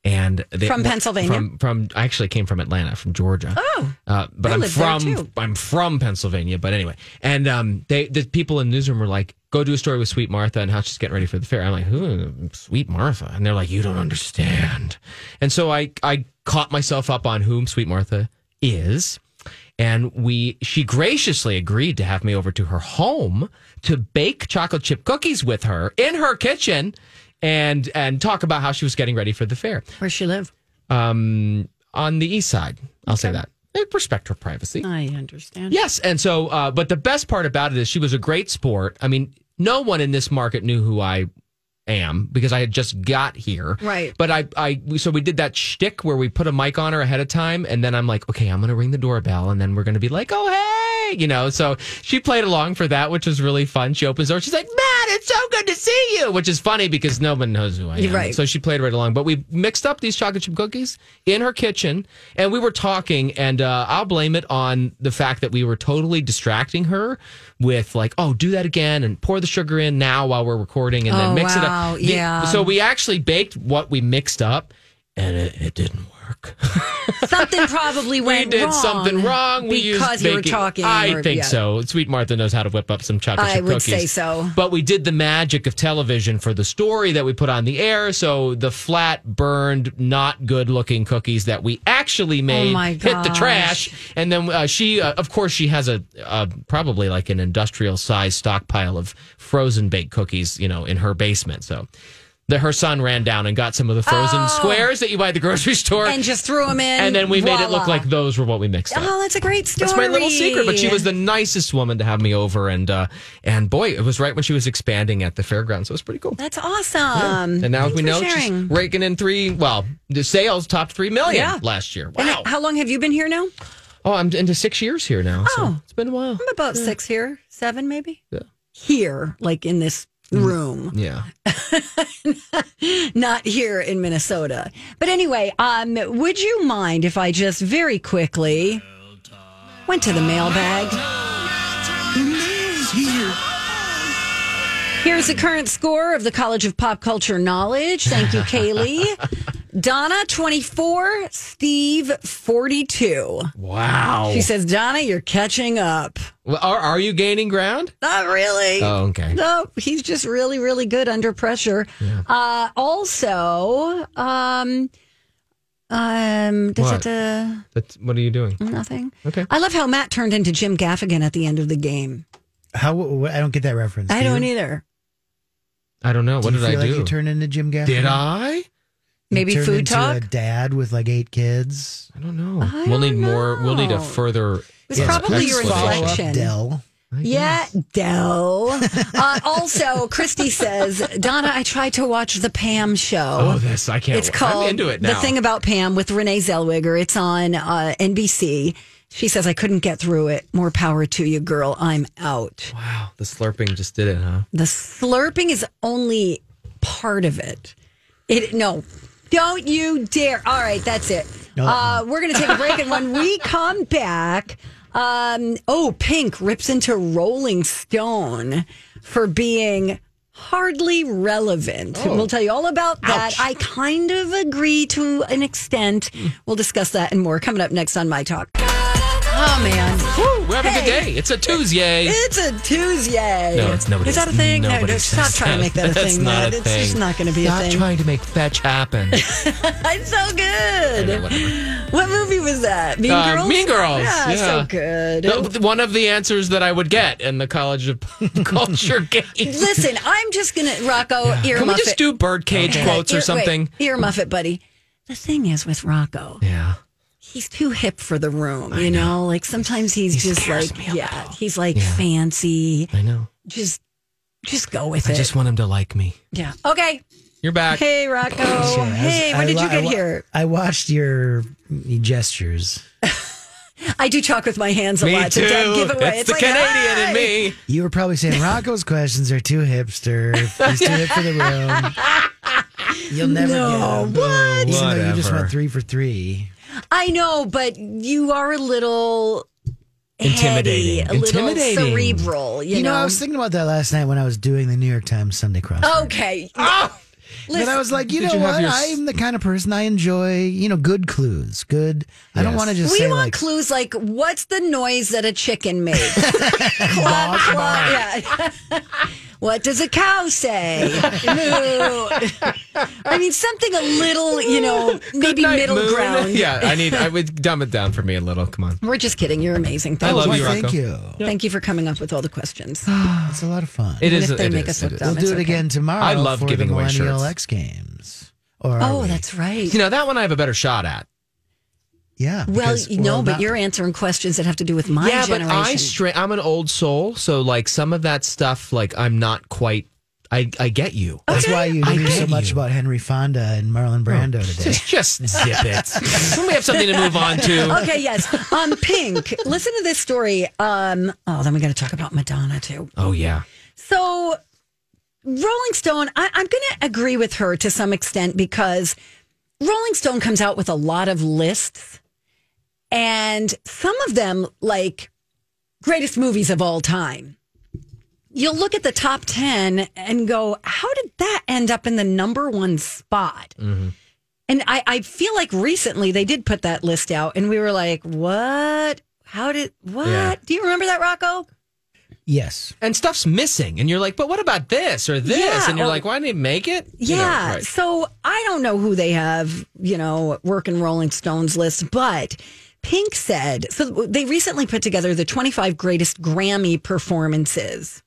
[SPEAKER 3] And they,
[SPEAKER 1] From Pennsylvania?
[SPEAKER 3] From, from I actually came from Atlanta, from Georgia.
[SPEAKER 1] Oh.
[SPEAKER 3] Uh, but
[SPEAKER 1] I
[SPEAKER 3] I'm
[SPEAKER 1] live there,
[SPEAKER 3] from
[SPEAKER 1] too.
[SPEAKER 3] I'm from Pennsylvania. But anyway, and um, they the people in the newsroom were like, "Go do a story with Sweet Martha and how she's getting ready for the fair." I'm like, "Who, Sweet Martha?" And they're like, "You don't understand." And so I I caught myself up on whom Sweet Martha is, and we she graciously agreed to have me over to her home to bake chocolate chip cookies with her in her kitchen, and and talk about how she was getting ready for the fair
[SPEAKER 1] Where she live?
[SPEAKER 3] um, on the east side. I'll say that. I respect her privacy.
[SPEAKER 1] I understand.
[SPEAKER 3] Yes. And so, uh, but the best part about it is she was a great sport. I mean, no one in this market knew who I am because I had just got here.
[SPEAKER 1] Right.
[SPEAKER 3] But I, I, so we did that shtick where we put a mic on her ahead of time. And then I'm like, okay, I'm going to ring the doorbell. And then we're going to be like, oh, hey, you know, so she played along for that, which was really fun. She opens the door. She's like, Matt, it's so good to see you, which is funny because no one knows who I am.
[SPEAKER 1] Right.
[SPEAKER 3] So she played right along. But we mixed up these chocolate chip cookies in her kitchen, and we were talking. And uh, I'll blame it on the fact that we were totally distracting her with like, "Oh, do that again, and pour the sugar in now while we're recording, and
[SPEAKER 1] Oh,
[SPEAKER 3] then mix it
[SPEAKER 1] wow.
[SPEAKER 3] up." The-
[SPEAKER 1] Yeah.
[SPEAKER 3] So we actually baked what we mixed up, and it, it didn't work.
[SPEAKER 1] Something probably
[SPEAKER 3] We
[SPEAKER 1] went
[SPEAKER 3] did
[SPEAKER 1] wrong.
[SPEAKER 3] something wrong. We used
[SPEAKER 1] because you were
[SPEAKER 3] baking-
[SPEAKER 1] talking.
[SPEAKER 3] I
[SPEAKER 1] or-
[SPEAKER 3] think
[SPEAKER 1] yeah.
[SPEAKER 3] so. Sweet Martha knows how to whip up some chocolate
[SPEAKER 1] I
[SPEAKER 3] chip
[SPEAKER 1] would
[SPEAKER 3] cookies.
[SPEAKER 1] say so.
[SPEAKER 3] But we did the magic of television for the story that we put on the air. So the flat, burned, not good looking cookies that we actually made
[SPEAKER 1] Oh my
[SPEAKER 3] hit the
[SPEAKER 1] gosh.
[SPEAKER 3] trash. And then uh, she, uh, of course, she has a uh, probably like an industrial size stockpile of frozen baked cookies, you know, in her basement. So. The, her son ran down and got some of the frozen
[SPEAKER 1] Oh.
[SPEAKER 3] squares that you buy at the grocery store,
[SPEAKER 1] And just threw 'em in.
[SPEAKER 3] and then we made it
[SPEAKER 1] Voila.
[SPEAKER 3] look like those were what we mixed up.
[SPEAKER 1] Oh, that's a great story.
[SPEAKER 3] That's my little secret. But she was the nicest woman to have me over, and uh, and boy, it was right when she was expanding at the fairgrounds. So it was pretty cool.
[SPEAKER 1] That's awesome.
[SPEAKER 3] and now as
[SPEAKER 1] Thanks
[SPEAKER 3] we
[SPEAKER 1] for
[SPEAKER 3] know,
[SPEAKER 1] sharing.
[SPEAKER 3] she's raking in three. Well, the sales topped three million
[SPEAKER 1] Yeah.
[SPEAKER 3] last year. Wow.
[SPEAKER 1] And how long have you been here now?
[SPEAKER 3] oh, I'm into six years here now. so-
[SPEAKER 1] Oh,
[SPEAKER 3] it's been a while.
[SPEAKER 1] I'm about six here, seven maybe.
[SPEAKER 3] Yeah. Mm-hmm.
[SPEAKER 1] Here, like in this room,
[SPEAKER 3] yeah.
[SPEAKER 1] not here in Minnesota. But anyway, um, would you mind if I just very quickly went to the mailbag? Here's the current score of the College of Pop Culture Knowledge. Thank you, Kaylee. Donna, 24, Steve, 42.
[SPEAKER 3] Wow.
[SPEAKER 1] She says, Donna, you're catching up.
[SPEAKER 3] Well, are, are you gaining ground?
[SPEAKER 1] Not really.
[SPEAKER 3] Oh, okay.
[SPEAKER 1] No, he's just really, really good under pressure. Uh, also, um, Um, da,
[SPEAKER 3] What?
[SPEAKER 1] da, da.
[SPEAKER 3] That's, what are you doing?
[SPEAKER 1] mm, Nothing.
[SPEAKER 3] Okay.
[SPEAKER 1] I love how Matt turned into Jim Gaffigan at the end of the game.
[SPEAKER 4] How wh- I don't get that reference.
[SPEAKER 1] I
[SPEAKER 4] do
[SPEAKER 1] don't
[SPEAKER 4] you?
[SPEAKER 1] either.
[SPEAKER 3] I don't know.
[SPEAKER 4] Do
[SPEAKER 3] what
[SPEAKER 4] you
[SPEAKER 3] did I
[SPEAKER 4] feel like
[SPEAKER 3] do?
[SPEAKER 4] You turned into Jim Gaffigan.
[SPEAKER 3] Did I?
[SPEAKER 4] You
[SPEAKER 1] Maybe
[SPEAKER 4] turned
[SPEAKER 1] food
[SPEAKER 4] into A
[SPEAKER 1] talk?
[SPEAKER 4] dad with like eight kids. I
[SPEAKER 3] don't know. we'll need more. We'll need a
[SPEAKER 1] know.
[SPEAKER 3] further.
[SPEAKER 1] was probably
[SPEAKER 3] explanation.
[SPEAKER 1] your inflection.
[SPEAKER 4] Dell.
[SPEAKER 1] Yeah, Dell. uh, also, Christy says, Donna, I tried to watch the Pam show.
[SPEAKER 3] Oh, this I can't.
[SPEAKER 1] It's
[SPEAKER 3] wait.
[SPEAKER 1] called
[SPEAKER 3] I'm into it now.
[SPEAKER 1] The Thing About Pam with Renee Zellweger. It's on uh, NBC. She says, I couldn't get through it. More power to you, girl. I'm out.
[SPEAKER 3] Wow, the slurping just did it, huh?
[SPEAKER 1] The slurping is only part of it. It No, don't you dare. All right, that's it. Uh, we're going to take a break. and when we come back, um, oh, Pink rips into Rolling Stone for being hardly relevant.
[SPEAKER 13] Oh.
[SPEAKER 1] We'll tell you all about that. I kind of agree to an extent. We'll discuss that and more coming up next on My Talk. Oh, man.
[SPEAKER 3] We're having a good day. It's a Tuesday.
[SPEAKER 1] It's a Tuesday.
[SPEAKER 3] No, it's nobody-
[SPEAKER 1] Is that a thing? No,
[SPEAKER 3] nobody
[SPEAKER 1] no, stop
[SPEAKER 3] says
[SPEAKER 1] trying to
[SPEAKER 3] that.
[SPEAKER 1] make that a
[SPEAKER 3] That's
[SPEAKER 1] thing.
[SPEAKER 3] not
[SPEAKER 1] Matt.
[SPEAKER 3] a
[SPEAKER 1] It's just
[SPEAKER 3] thing.
[SPEAKER 1] not going to be
[SPEAKER 3] Stop
[SPEAKER 1] a thing.
[SPEAKER 3] trying to make fetch happen.
[SPEAKER 1] it's so good.
[SPEAKER 3] I know, whatever.
[SPEAKER 1] what movie was that? Mean
[SPEAKER 3] Uh,
[SPEAKER 1] Girls.
[SPEAKER 3] Mean Girls.
[SPEAKER 1] Yeah, so
[SPEAKER 3] yeah.
[SPEAKER 1] good.
[SPEAKER 3] The- one of the answers that I would get in the College of Culture game.
[SPEAKER 1] Listen, I'm just gonna Rocco ear
[SPEAKER 3] Can we
[SPEAKER 1] muff
[SPEAKER 3] just
[SPEAKER 1] it.
[SPEAKER 3] do birdcage
[SPEAKER 1] Okay.
[SPEAKER 3] quotes
[SPEAKER 1] Ear-
[SPEAKER 3] or
[SPEAKER 1] wait,
[SPEAKER 3] something?
[SPEAKER 1] Ear muff it, buddy. The thing is with Rocco,
[SPEAKER 3] Yeah.
[SPEAKER 1] he's too hip for the room. you know? like sometimes he's just like, yeah, he's like fancy.
[SPEAKER 3] I know.
[SPEAKER 1] Just, just go with
[SPEAKER 3] I
[SPEAKER 1] it.
[SPEAKER 3] just want him to like me.
[SPEAKER 1] yeah. Okay.
[SPEAKER 3] You're back.
[SPEAKER 1] Hey, Rocco.
[SPEAKER 4] Sure, I was-
[SPEAKER 1] hey, when
[SPEAKER 4] I
[SPEAKER 1] did
[SPEAKER 4] wa-
[SPEAKER 1] you
[SPEAKER 4] I
[SPEAKER 1] get
[SPEAKER 4] wa-
[SPEAKER 1] here?
[SPEAKER 4] I watched your gestures.
[SPEAKER 1] I do talk with my hands a
[SPEAKER 4] Me
[SPEAKER 1] lot. To
[SPEAKER 4] too.
[SPEAKER 1] dead giveaway.
[SPEAKER 4] It's the
[SPEAKER 1] like,
[SPEAKER 4] Canadian
[SPEAKER 3] in
[SPEAKER 1] "Hi."
[SPEAKER 3] me.
[SPEAKER 4] You were probably saying Rocco's questions are too hipster. He's too hip for the room. You'll never
[SPEAKER 1] No,
[SPEAKER 4] get him. What? Even though you just
[SPEAKER 3] Whatever.
[SPEAKER 4] went three for three.
[SPEAKER 1] I know, but you are a little
[SPEAKER 3] Intimidating.
[SPEAKER 1] heady, a little
[SPEAKER 3] Intimidating.
[SPEAKER 1] cerebral. You,
[SPEAKER 4] You, know, I was thinking about that last night when I was doing the New York Times Sunday cross.
[SPEAKER 1] okay.
[SPEAKER 4] But I was like, you
[SPEAKER 3] Did
[SPEAKER 4] know
[SPEAKER 3] you have
[SPEAKER 4] what?
[SPEAKER 3] your s-
[SPEAKER 4] I'm the kind of person I enjoy, you know, good clues. Good. I don't
[SPEAKER 3] Yes.
[SPEAKER 4] want to just
[SPEAKER 1] we
[SPEAKER 4] say
[SPEAKER 1] want
[SPEAKER 4] like
[SPEAKER 1] clues like what's the noise that a chicken makes? cluck, cluck. Yeah. what does a cow say? Moo. I mean, something a little, you know, maybe
[SPEAKER 3] Night
[SPEAKER 1] middle
[SPEAKER 3] moon.
[SPEAKER 1] ground.
[SPEAKER 3] Yeah, I need. I would dumb it down for me a little. Come on.
[SPEAKER 1] We're just kidding. You're amazing.
[SPEAKER 3] I
[SPEAKER 1] Thank
[SPEAKER 3] love
[SPEAKER 1] you.
[SPEAKER 3] you, Rocco.
[SPEAKER 4] Thank you.
[SPEAKER 1] Thank you for coming up with all the questions.
[SPEAKER 4] it's a lot of fun.
[SPEAKER 3] It
[SPEAKER 1] Even
[SPEAKER 3] is-
[SPEAKER 1] If they
[SPEAKER 3] it
[SPEAKER 1] make
[SPEAKER 3] is,
[SPEAKER 1] us look
[SPEAKER 3] it is.
[SPEAKER 1] dumb,
[SPEAKER 4] We'll
[SPEAKER 1] it's
[SPEAKER 4] do it
[SPEAKER 1] okay.
[SPEAKER 4] again tomorrow.
[SPEAKER 3] I love
[SPEAKER 4] for
[SPEAKER 3] giving
[SPEAKER 4] the
[SPEAKER 3] away
[SPEAKER 4] Millennial
[SPEAKER 3] shirts.
[SPEAKER 4] X Games. Or are
[SPEAKER 1] Oh,
[SPEAKER 4] we?
[SPEAKER 1] that's right.
[SPEAKER 3] You know that one I have a better shot at.
[SPEAKER 4] yeah.
[SPEAKER 1] Well,
[SPEAKER 4] because
[SPEAKER 1] you know,
[SPEAKER 4] we're
[SPEAKER 1] but
[SPEAKER 4] not-
[SPEAKER 1] you're answering questions that have to do with my
[SPEAKER 3] yeah,
[SPEAKER 1] generation.
[SPEAKER 3] but I stra- I'm an old soul, so like some of that stuff, like I'm not quite. I I get you.
[SPEAKER 4] That's why you
[SPEAKER 3] I
[SPEAKER 4] knew
[SPEAKER 3] get
[SPEAKER 4] so much
[SPEAKER 3] you.
[SPEAKER 4] about Henry Fonda and Marlon
[SPEAKER 1] Oh.
[SPEAKER 4] Brando today.
[SPEAKER 3] Just just zip it. we have something to move on to.
[SPEAKER 1] okay, yes. Um, Pink, listen to this story. Um, oh, then we got to talk about Madonna too.
[SPEAKER 3] Oh yeah.
[SPEAKER 1] So, Rolling Stone, I, I'm going to agree with her to some extent because Rolling Stone comes out with a lot of lists, and some of them like greatest movies of all time. You'll look at the top 10 and go, how did that end up in the number one spot? And I, I feel like recently they did put that list out, and we were like, what? How did, what?
[SPEAKER 3] Yeah.
[SPEAKER 1] Do you remember that, Rocco?
[SPEAKER 4] Yes.
[SPEAKER 3] And stuff's missing, and you're like, but what about this or this?
[SPEAKER 1] Yeah,
[SPEAKER 3] and you're
[SPEAKER 1] or-
[SPEAKER 3] like, why didn't they make it? You know,
[SPEAKER 1] Yeah.
[SPEAKER 3] right.
[SPEAKER 1] So I don't know who they have, you know, working Rolling Stones list, but Pink said so they recently put together the 25 greatest Grammy performances.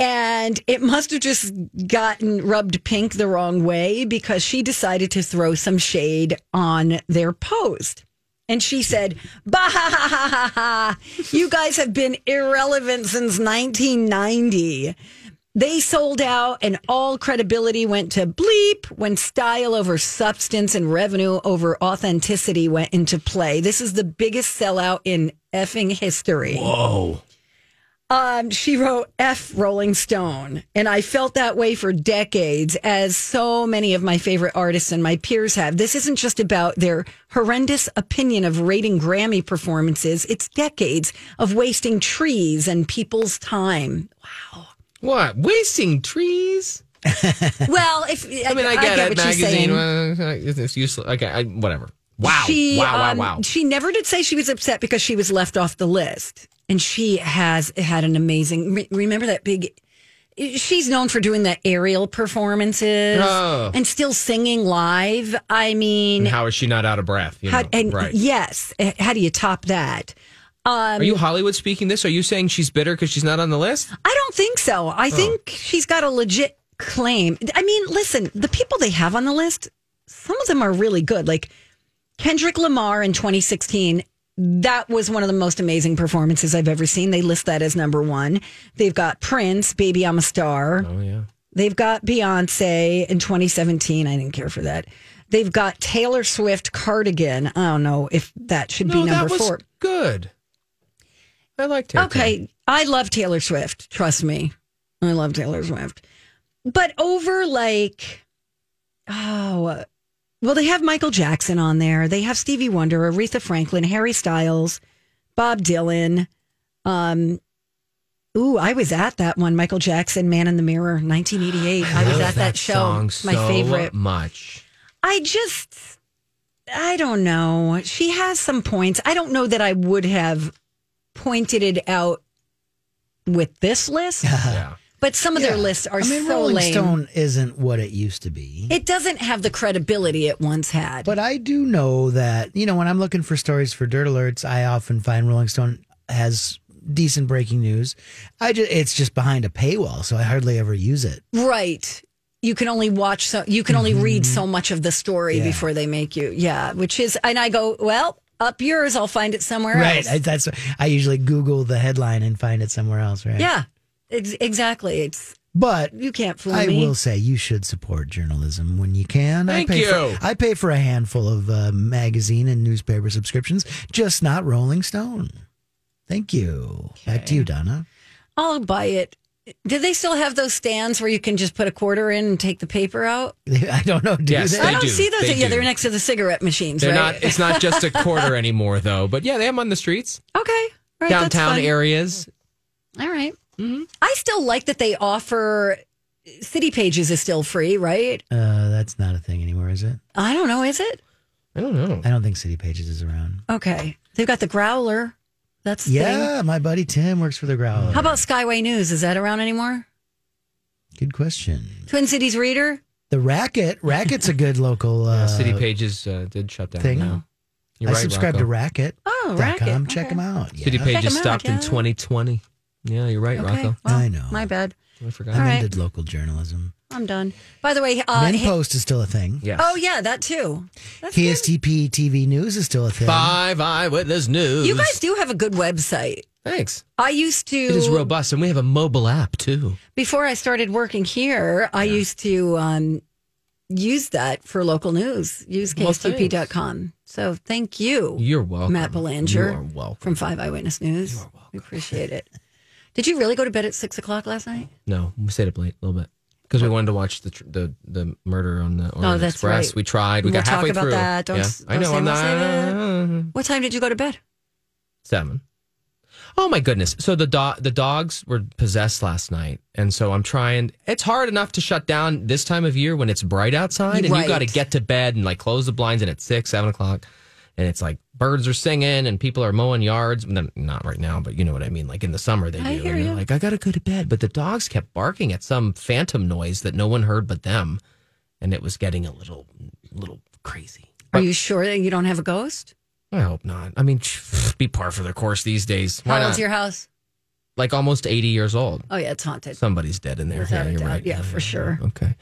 [SPEAKER 1] And it must have just gotten rubbed pink the wrong way because she decided to throw some shade on their post. And she said, bah, ha, ha, ha, ha, ha. you guys have been irrelevant since 1990. They sold out and all credibility went to bleep when style over substance and revenue over authenticity went into play. This is the biggest sellout in effing history.
[SPEAKER 3] Whoa.
[SPEAKER 1] Um, she wrote F Rolling Stone, and I felt that way for decades, as so many of my favorite artists and my peers have. This isn't just about their horrendous opinion of rating Grammy performances, it's decades of wasting trees and people's time.
[SPEAKER 3] What wasting trees?
[SPEAKER 1] Well, if
[SPEAKER 3] I mean, I get, it.
[SPEAKER 1] what she's saying.
[SPEAKER 3] Magazine. uh, it's it's useless. Okay, I, whatever. Wow.
[SPEAKER 1] She,
[SPEAKER 3] wow.
[SPEAKER 1] um,
[SPEAKER 3] wow. Wow.
[SPEAKER 1] She never did say she was upset because she was left off the list, and she has had an amazing. re- remember that big she's known for doing the aerial performances
[SPEAKER 3] Oh.
[SPEAKER 1] and still singing live. I mean,
[SPEAKER 3] And how is she not out of breath? You
[SPEAKER 1] how-
[SPEAKER 3] know,
[SPEAKER 1] and
[SPEAKER 3] right.
[SPEAKER 1] yes, eh, how do you top that? Um,
[SPEAKER 3] Are you Hollywood speaking this? Are you saying she's bitter because she's not on the list?
[SPEAKER 1] I don't think so. I
[SPEAKER 3] Oh.
[SPEAKER 1] think she's got a legit claim. I mean, listen, the people they have on the list, some of them are really good. Like Kendrick Lamar in 2016, that was one of the most amazing performances I've ever seen. They list that as number one. They've got Prince, Baby I'm a Star.
[SPEAKER 3] Oh, yeah.
[SPEAKER 1] They've got Beyonce in 2017. I didn't care for that. They've got Taylor Swift Cardigan. I don't know if that should be
[SPEAKER 3] No,
[SPEAKER 1] number
[SPEAKER 3] that was
[SPEAKER 1] four.
[SPEAKER 3] good. I like Taylor.
[SPEAKER 1] Okay, I love Taylor Swift. Trust me, I love Taylor Swift. But over like, oh, well, they have Michael Jackson on there. They have Stevie Wonder, Aretha Franklin, Harry Styles, Bob Dylan. Um, ooh, I was at that one, Michael Jackson, Man in the Mirror, 1988. I, was
[SPEAKER 3] love
[SPEAKER 1] at that, show.
[SPEAKER 3] Song
[SPEAKER 1] my
[SPEAKER 3] so
[SPEAKER 1] favorite.
[SPEAKER 3] Much.
[SPEAKER 1] I just, I don't know. She has some points. I don't know that I would have pointed it out with this list,
[SPEAKER 3] yeah.
[SPEAKER 1] but some of
[SPEAKER 4] Yeah.
[SPEAKER 1] their lists are
[SPEAKER 4] I mean,
[SPEAKER 1] so
[SPEAKER 4] Rolling
[SPEAKER 1] lame.
[SPEAKER 4] Stone isn't what it used to be.
[SPEAKER 1] It doesn't have the credibility it once had.
[SPEAKER 4] But I do know that, you know, when I'm looking for stories for Dirt Alerts, I often find Rolling Stone has decent breaking news. I just, it's just behind a paywall, so I hardly ever use it.
[SPEAKER 1] Right. You can only watch so you can only read so much of the story
[SPEAKER 4] Mm-hmm. Yeah.
[SPEAKER 1] before they make you. Yeah, which is and I go, well, up yours, I'll find it somewhere
[SPEAKER 4] Right.
[SPEAKER 1] else.
[SPEAKER 4] I, that's I usually Google the headline and find it somewhere else, right?
[SPEAKER 1] yeah. Ex- exactly. It's
[SPEAKER 4] But
[SPEAKER 1] you can't fool
[SPEAKER 4] I
[SPEAKER 1] me.
[SPEAKER 4] will say you should support journalism when you can.
[SPEAKER 1] Thank
[SPEAKER 4] I pay
[SPEAKER 1] you.
[SPEAKER 4] For, I pay for a handful of uh, magazine and newspaper subscriptions, just not Rolling Stone. Thank you. Back to you, Donna.
[SPEAKER 1] I'll buy it. Do they still have those stands where you can just put a quarter in and take the paper out?
[SPEAKER 4] I don't know. Do
[SPEAKER 3] Yes,
[SPEAKER 4] they?
[SPEAKER 3] they
[SPEAKER 1] I don't
[SPEAKER 3] do.
[SPEAKER 1] see those.
[SPEAKER 3] They
[SPEAKER 1] yeah,
[SPEAKER 3] do.
[SPEAKER 1] they're next to the cigarette machines.
[SPEAKER 3] They're
[SPEAKER 1] right?
[SPEAKER 3] not. It's not just a quarter anymore, though. But yeah, they have 'em on the streets,
[SPEAKER 1] okay. Right, that's
[SPEAKER 3] downtown Mm-hmm.
[SPEAKER 1] fun.
[SPEAKER 3] areas.
[SPEAKER 1] All right. I still like that they offer. City Pages is still free, right?
[SPEAKER 4] Uh, that's not a thing anymore, is it?
[SPEAKER 1] I don't know. Is it
[SPEAKER 3] I don't know.
[SPEAKER 4] I don't think City Pages is around.
[SPEAKER 1] okay? They've got the Growler. That's a thing.
[SPEAKER 4] Yeah, my buddy Tim works for the Growler.
[SPEAKER 1] How about Skyway News? Is that around anymore?
[SPEAKER 4] Good question.
[SPEAKER 1] Twin Cities Reader.
[SPEAKER 4] The Racket. Racket's a good local uh,
[SPEAKER 3] Yeah, City Pages uh, did shut down.
[SPEAKER 4] thing.
[SPEAKER 3] now. You're
[SPEAKER 4] I
[SPEAKER 3] right,
[SPEAKER 4] subscribe
[SPEAKER 3] Rocco.
[SPEAKER 4] to Racket.
[SPEAKER 1] Oh,
[SPEAKER 4] dot
[SPEAKER 1] Racket.
[SPEAKER 4] com. Check them out.
[SPEAKER 3] City
[SPEAKER 4] Yeah.
[SPEAKER 3] Pages
[SPEAKER 1] out,
[SPEAKER 3] stopped
[SPEAKER 1] yeah.
[SPEAKER 3] in 2020. Yeah, you're right,
[SPEAKER 1] Okay.
[SPEAKER 3] Rocco.
[SPEAKER 1] Well,
[SPEAKER 4] I know.
[SPEAKER 1] My bad.
[SPEAKER 3] I forgot.
[SPEAKER 1] All
[SPEAKER 4] I
[SPEAKER 1] right.
[SPEAKER 4] ended local journalism.
[SPEAKER 1] I'm done. By the way, uh,
[SPEAKER 4] Min
[SPEAKER 1] hey-
[SPEAKER 4] Post is still a thing.
[SPEAKER 3] Yes.
[SPEAKER 1] oh yeah, that too. That's good.
[SPEAKER 4] KSTP TV News is still a thing.
[SPEAKER 3] Five Eyewitness News.
[SPEAKER 1] You guys do have a good website.
[SPEAKER 3] Thanks.
[SPEAKER 1] I used to
[SPEAKER 3] It is robust, and we have a mobile app too.
[SPEAKER 1] before I started working here, I used to um, use that for local news. Use
[SPEAKER 3] Well,
[SPEAKER 1] KSTP.com. So thank you.
[SPEAKER 3] You're welcome,
[SPEAKER 1] Matt Belanger
[SPEAKER 3] You are welcome.
[SPEAKER 1] from Five Eyewitness News. We appreciate it. Did you really go to bed at six o'clock last night?
[SPEAKER 3] No, we stayed up late a little bit because we wanted to watch the tr- the the murder on the Orient
[SPEAKER 1] Oh, that's
[SPEAKER 3] Express.
[SPEAKER 1] right.
[SPEAKER 3] We tried. We
[SPEAKER 1] We'll
[SPEAKER 3] got
[SPEAKER 1] talk
[SPEAKER 3] halfway
[SPEAKER 1] about
[SPEAKER 3] through.
[SPEAKER 1] that. Don't
[SPEAKER 3] yeah.
[SPEAKER 1] s-
[SPEAKER 3] I
[SPEAKER 1] don't
[SPEAKER 3] know.
[SPEAKER 1] say
[SPEAKER 3] I'm
[SPEAKER 1] we'll
[SPEAKER 3] not
[SPEAKER 1] What time did you go to bed?
[SPEAKER 3] seven. Oh my goodness! So the dog the dogs were possessed last night, and so I'm trying. It's hard enough to shut down this time of year when it's bright outside, and
[SPEAKER 1] Right.
[SPEAKER 3] you got to get to bed and like close the blinds, and it's six, seven o'clock, and it's like birds are singing and people are mowing yards. No, Not right now, but you know what I mean. Like in the summer, they
[SPEAKER 1] I
[SPEAKER 3] do.
[SPEAKER 1] hear
[SPEAKER 3] and they're
[SPEAKER 1] you.
[SPEAKER 3] like I gotta go to bed, but the dogs kept barking at some phantom noise that no one heard but them, and it was getting a little, little crazy.
[SPEAKER 1] Are you sure that you don't have a ghost?
[SPEAKER 3] I hope not. I mean, be par for the course these days. Why
[SPEAKER 1] How
[SPEAKER 3] not?
[SPEAKER 1] old's your house?
[SPEAKER 3] like almost 80 years old.
[SPEAKER 1] Oh yeah, it's haunted.
[SPEAKER 3] Somebody's dead in there.
[SPEAKER 1] Without
[SPEAKER 3] yeah,
[SPEAKER 1] a
[SPEAKER 3] you're
[SPEAKER 1] doubt.
[SPEAKER 3] right.
[SPEAKER 1] Yeah, for sure.
[SPEAKER 3] Okay.